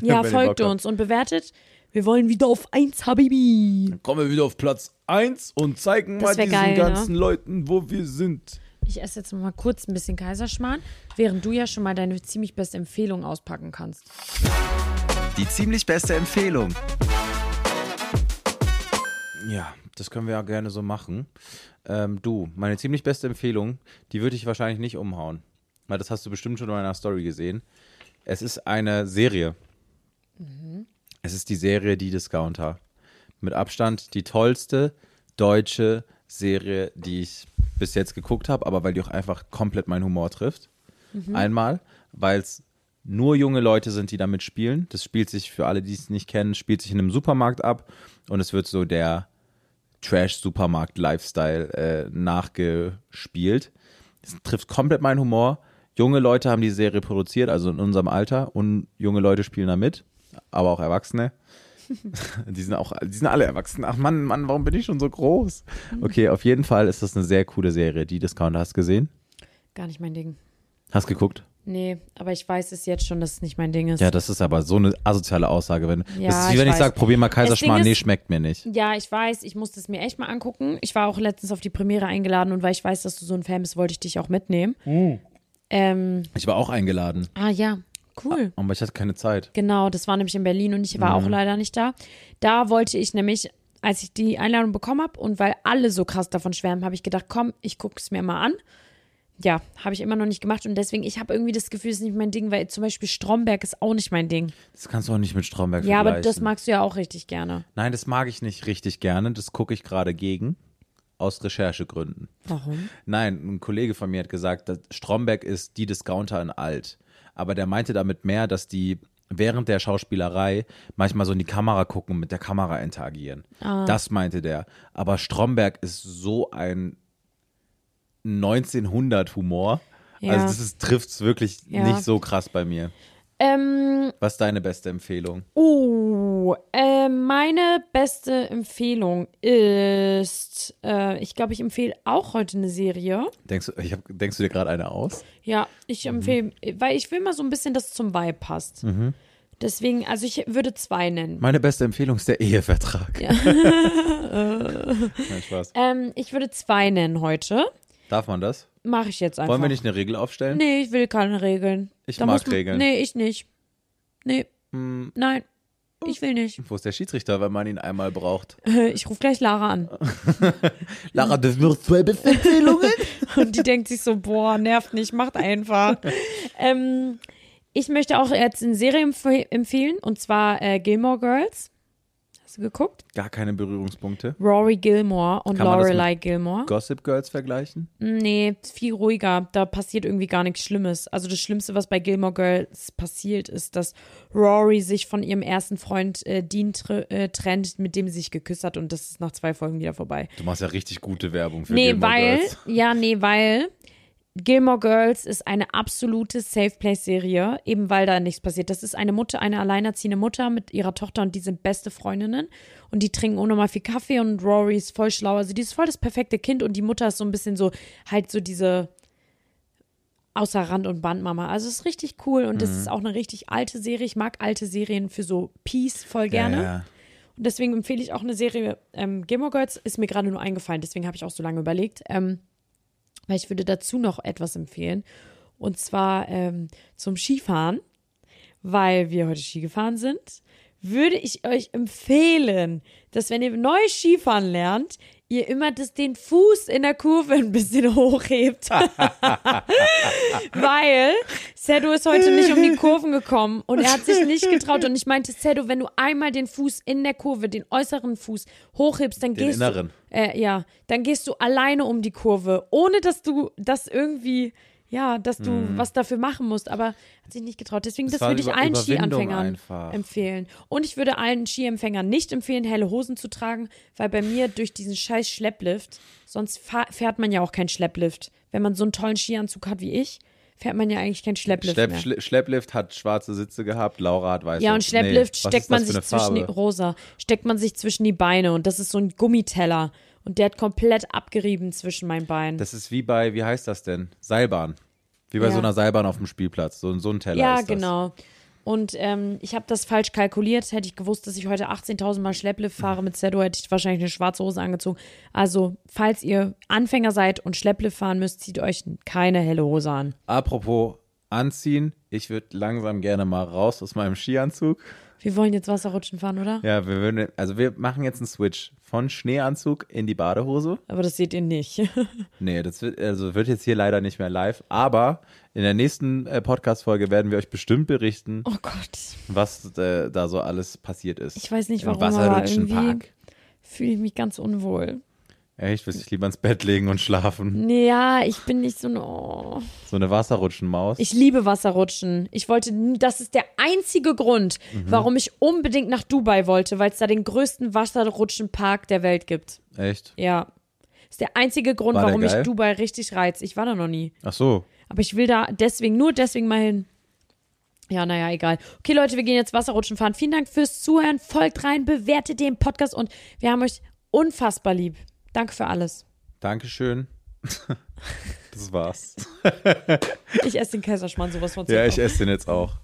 S3: Ja,
S2: Wenn ihr
S3: folgt
S2: Bock habt.
S3: uns und bewertet. Wir wollen wieder auf 1, Habibi.
S2: Kommen wir wieder auf Platz 1 und zeigen
S3: Das
S2: mal
S3: wär
S2: diesen
S3: geil, ne?
S2: ganzen Leuten, wo wir sind.
S3: Ich esse jetzt noch mal kurz ein bisschen Kaiserschmarrn, während du ja schon mal deine ziemlich beste Empfehlung auspacken kannst.
S4: Die ziemlich beste Empfehlung.
S2: Ja, das können wir ja gerne so machen. Ähm, du, meine ziemlich beste Empfehlung, die würde ich wahrscheinlich nicht umhauen. Weil das hast du bestimmt schon in meiner Story gesehen. Es ist eine Serie. Es ist die Serie Die Discounter. Mit Abstand die tollste deutsche Serie, die ich bis jetzt geguckt habe, aber weil die auch einfach komplett meinen Humor trifft. Einmal, weil es nur junge Leute sind, die damit spielen. Das spielt sich, für alle, die es nicht kennen, spielt sich in einem Supermarkt ab und es wird so der Trash-Supermarkt-Lifestyle äh, nachgespielt. Es trifft komplett meinen Humor. Junge Leute haben die Serie produziert, also in unserem Alter, und junge Leute spielen da mit, aber auch Erwachsene. Die sind auch, die sind alle erwachsen. Ach Mann, Mann, warum bin ich schon so groß? Okay, auf jeden Fall ist das eine sehr coole Serie. Die Discounter hast du gesehen?
S3: Gar nicht mein Ding.
S2: Hast geguckt?
S3: Nee, aber ich weiß es jetzt schon, dass es nicht mein Ding ist.
S2: Ja, das ist aber so eine asoziale Aussage. Wenn,
S3: Ja,
S2: das ist wie
S3: ich
S2: wenn ich,
S3: weiß.
S2: sage, probier mal Kaiserschmarrn.
S3: Das Ding
S2: Nee,
S3: ist-
S2: schmeckt mir nicht.
S3: Ja, ich weiß, ich musste es mir echt mal angucken. Ich war auch letztens auf die Premiere eingeladen und weil ich weiß, dass du so ein Fan bist, wollte ich dich auch mitnehmen.
S2: Mm.
S3: Ähm,
S2: Ich war auch eingeladen,
S3: ah ja, cool.
S2: Oh, aber ich hatte keine Zeit.
S3: Genau, das war nämlich in Berlin und ich war auch leider nicht da. Da wollte ich nämlich, als ich die Einladung bekommen habe und weil alle so krass davon schwärmen, habe ich gedacht, komm, ich gucke es mir mal an. Ja, habe ich immer noch nicht gemacht und deswegen, ich habe irgendwie das Gefühl, es ist nicht mein Ding, weil zum Beispiel Stromberg ist auch nicht mein Ding.
S2: Das kannst du auch nicht mit Stromberg
S3: Ja, aber
S2: vergleichen.
S3: das magst du ja auch richtig gerne.
S2: Nein, das mag ich nicht richtig gerne. Das gucke ich gerade gegen. Aus Recherchegründen.
S3: Warum?
S2: Nein, ein Kollege von mir hat gesagt, dass Stromberg ist die Discounter in alt. Aber der meinte damit mehr, dass die während der Schauspielerei manchmal so in die Kamera gucken und mit der Kamera interagieren.
S3: Ah.
S2: Das meinte der. Aber Stromberg ist so ein 1900-Humor.
S3: Ja.
S2: Also das trifft es wirklich
S3: Ja.
S2: nicht so krass bei mir.
S3: Ähm,
S2: Was ist deine beste Empfehlung?
S3: Oh, äh, meine beste Empfehlung ist, äh, ich glaube, ich empfehle auch heute eine Serie.
S2: Denkst, du- ich hab, denkst du dir gerade eine aus?
S3: Ja, ich
S2: Mhm.
S3: empfehle, weil ich will mal so ein bisschen, dass es zum Vibe passt. Deswegen, also ich würde zwei nennen.
S2: Meine beste Empfehlung ist der Ehevertrag. Nein, Spaß.
S3: Ähm, ich würde zwei nennen heute.
S2: Darf man das?
S3: Mache ich jetzt einfach.
S2: Wollen wir nicht eine Regel aufstellen?
S3: Nee, ich will keine Regeln.
S2: Ich
S3: Da
S2: mag
S3: muss man-
S2: Regeln. Mm.
S3: Nee, ich nicht. Nee. Nein. Ich will nicht.
S2: Wo ist der Schiedsrichter, wenn man ihn einmal braucht?
S3: Äh, Ich rufe gleich Lara an.
S2: Lara, das sind nur zwei beste Empfehlungen.
S3: Und die denkt sich so, boah, nervt nicht, macht einfach. ähm, ich möchte auch jetzt eine Serie empf empfehlen, und zwar äh, Gilmore Girls. Hast du geguckt?
S2: Gar keine Berührungspunkte.
S3: Rory Gilmore und
S2: Kann man das mit-
S3: Lorelei Gilmore.
S2: Gossip Girls vergleichen?
S3: Nee, viel ruhiger. Da passiert irgendwie gar nichts Schlimmes. Also das Schlimmste, was bei Gilmore Girls passiert, ist, dass Rory sich von ihrem ersten Freund äh, Dean tr äh, trennt, mit dem sie sich geküsst hat. Und das ist nach zwei Folgen wieder vorbei.
S2: Du machst ja richtig gute Werbung für
S3: Nee,
S2: Gilmore
S3: weil,
S2: Girls.
S3: ja, nee, weil Gilmore Girls ist eine absolute Safe Place Serie, eben weil da nichts passiert. Das ist eine Mutter, eine alleinerziehende Mutter mit ihrer Tochter und die sind beste Freundinnen und die trinken unnormal viel Kaffee und Rory ist voll schlau, also die ist voll das perfekte Kind und die Mutter ist so ein bisschen so halt so diese außer Rand und Band Mama. Also es ist richtig cool und das
S2: Mhm.
S3: ist auch eine richtig alte Serie. Ich mag alte Serien für so Peace voll gerne.
S2: Ja, ja.
S3: Und deswegen empfehle ich auch eine Serie ähm, Gilmore Girls. Ist mir gerade nur eingefallen, deswegen habe ich auch so lange überlegt. Ähm, weil ich würde dazu noch etwas empfehlen. Und zwar ähm, zum Skifahren, weil wir heute Ski gefahren sind, würde ich euch empfehlen, dass wenn ihr neu Skifahren lernt, ihr immer das, den Fuß in der Kurve ein bisschen hochhebt. Weil Sedo ist heute nicht um die Kurven gekommen und er hat sich nicht getraut. Und ich meinte, Sedo, wenn du einmal den Fuß in der Kurve, den äußeren Fuß hochhebst, dann
S2: Den
S3: gehst
S2: inneren.
S3: du. Äh, ja, dann gehst du alleine um die Kurve, ohne dass du das irgendwie. Ja, dass du
S2: Mhm.
S3: was dafür machen musst, aber hat sich nicht getraut. Deswegen,
S2: Das
S3: das,
S2: war
S3: würde ich
S2: Über-
S3: allen
S2: Überwindung
S3: Skianfängern
S2: einfach.
S3: empfehlen. Und ich würde allen Skiempfängern nicht empfehlen, helle Hosen zu tragen, weil bei mir durch diesen scheiß Schlepplift, sonst fa- fährt man ja auch keinen Schlepplift. Wenn man so einen tollen Skianzug hat wie ich, fährt man ja eigentlich keinen Schlepplift
S2: Schlepp,
S3: mehr.
S2: Schle Schlepplift hat schwarze Sitze gehabt, Laura hat weiße.
S3: ja, und Schlepplift
S2: was
S3: steckt
S2: ist das
S3: man
S2: für
S3: sich
S2: eine
S3: zwischen die,
S2: Farbe?
S3: rosa, steckt man sich zwischen die Beine und das ist so ein Gummiteller und der hat komplett abgerieben zwischen meinen Beinen.
S2: Das ist wie bei, wie heißt das denn? Seilbahn. Wie bei
S3: Ja.
S2: so einer Seilbahn auf dem Spielplatz. So, ein- so ein Teller
S3: ja,
S2: ist das.
S3: genau. Und ähm, ich habe das falsch kalkuliert. Hätte ich gewusst, dass ich heute 18.000 Mal Schlepplift fahre mit Sedo, hätte ich wahrscheinlich eine schwarze Hose angezogen. Also, falls ihr Anfänger seid und Schlepplift fahren müsst, zieht euch keine helle Hose an.
S2: Apropos anziehen, ich würde langsam gerne mal raus aus meinem Skianzug.
S3: Wir wollen jetzt Wasserrutschen fahren, oder?
S2: Ja, wir würden, also wir machen jetzt einen Switch von Schneeanzug in die Badehose.
S3: Aber das seht ihr nicht.
S2: Nee, das wird, also wird jetzt hier leider nicht mehr live, aber in der nächsten äh, Podcast-Folge werden wir euch bestimmt berichten,
S3: oh Gott.
S2: was äh, da so alles passiert ist.
S3: Ich weiß nicht,
S2: Im
S3: warum, aber irgendwie
S2: Wasserrutschenpark.
S3: fühle ich mich ganz unwohl.
S2: Echt, will ich lieber ins Bett legen und
S3: Hm.
S2: schlafen.
S3: Ja, ich bin nicht so ein. Oh.
S2: So eine Wasserrutschenmaus.
S3: Ich liebe Wasserrutschen. Ich wollte, n- das ist der einzige Grund, warum ich unbedingt nach Dubai wollte, weil es da den größten Wasserrutschenpark der Welt gibt.
S2: Echt?
S3: Ja. Ist der einzige Grund,
S2: War der
S3: warum mich
S2: geil?
S3: Dubai richtig reizt. Ich war da noch nie.
S2: Ach so.
S3: Aber ich will da deswegen, nur deswegen mal hin. Ja, naja, egal. Okay, Leute, wir gehen jetzt Wasserrutschen fahren. Vielen Dank fürs Zuhören. Folgt rein, bewertet den Podcast und wir haben euch unfassbar lieb. Danke für alles.
S2: Dankeschön. das war's.
S3: Ich esse den Kaiserschmarrn sowas von
S2: Ja,
S3: zurück.
S2: ich esse den jetzt auch.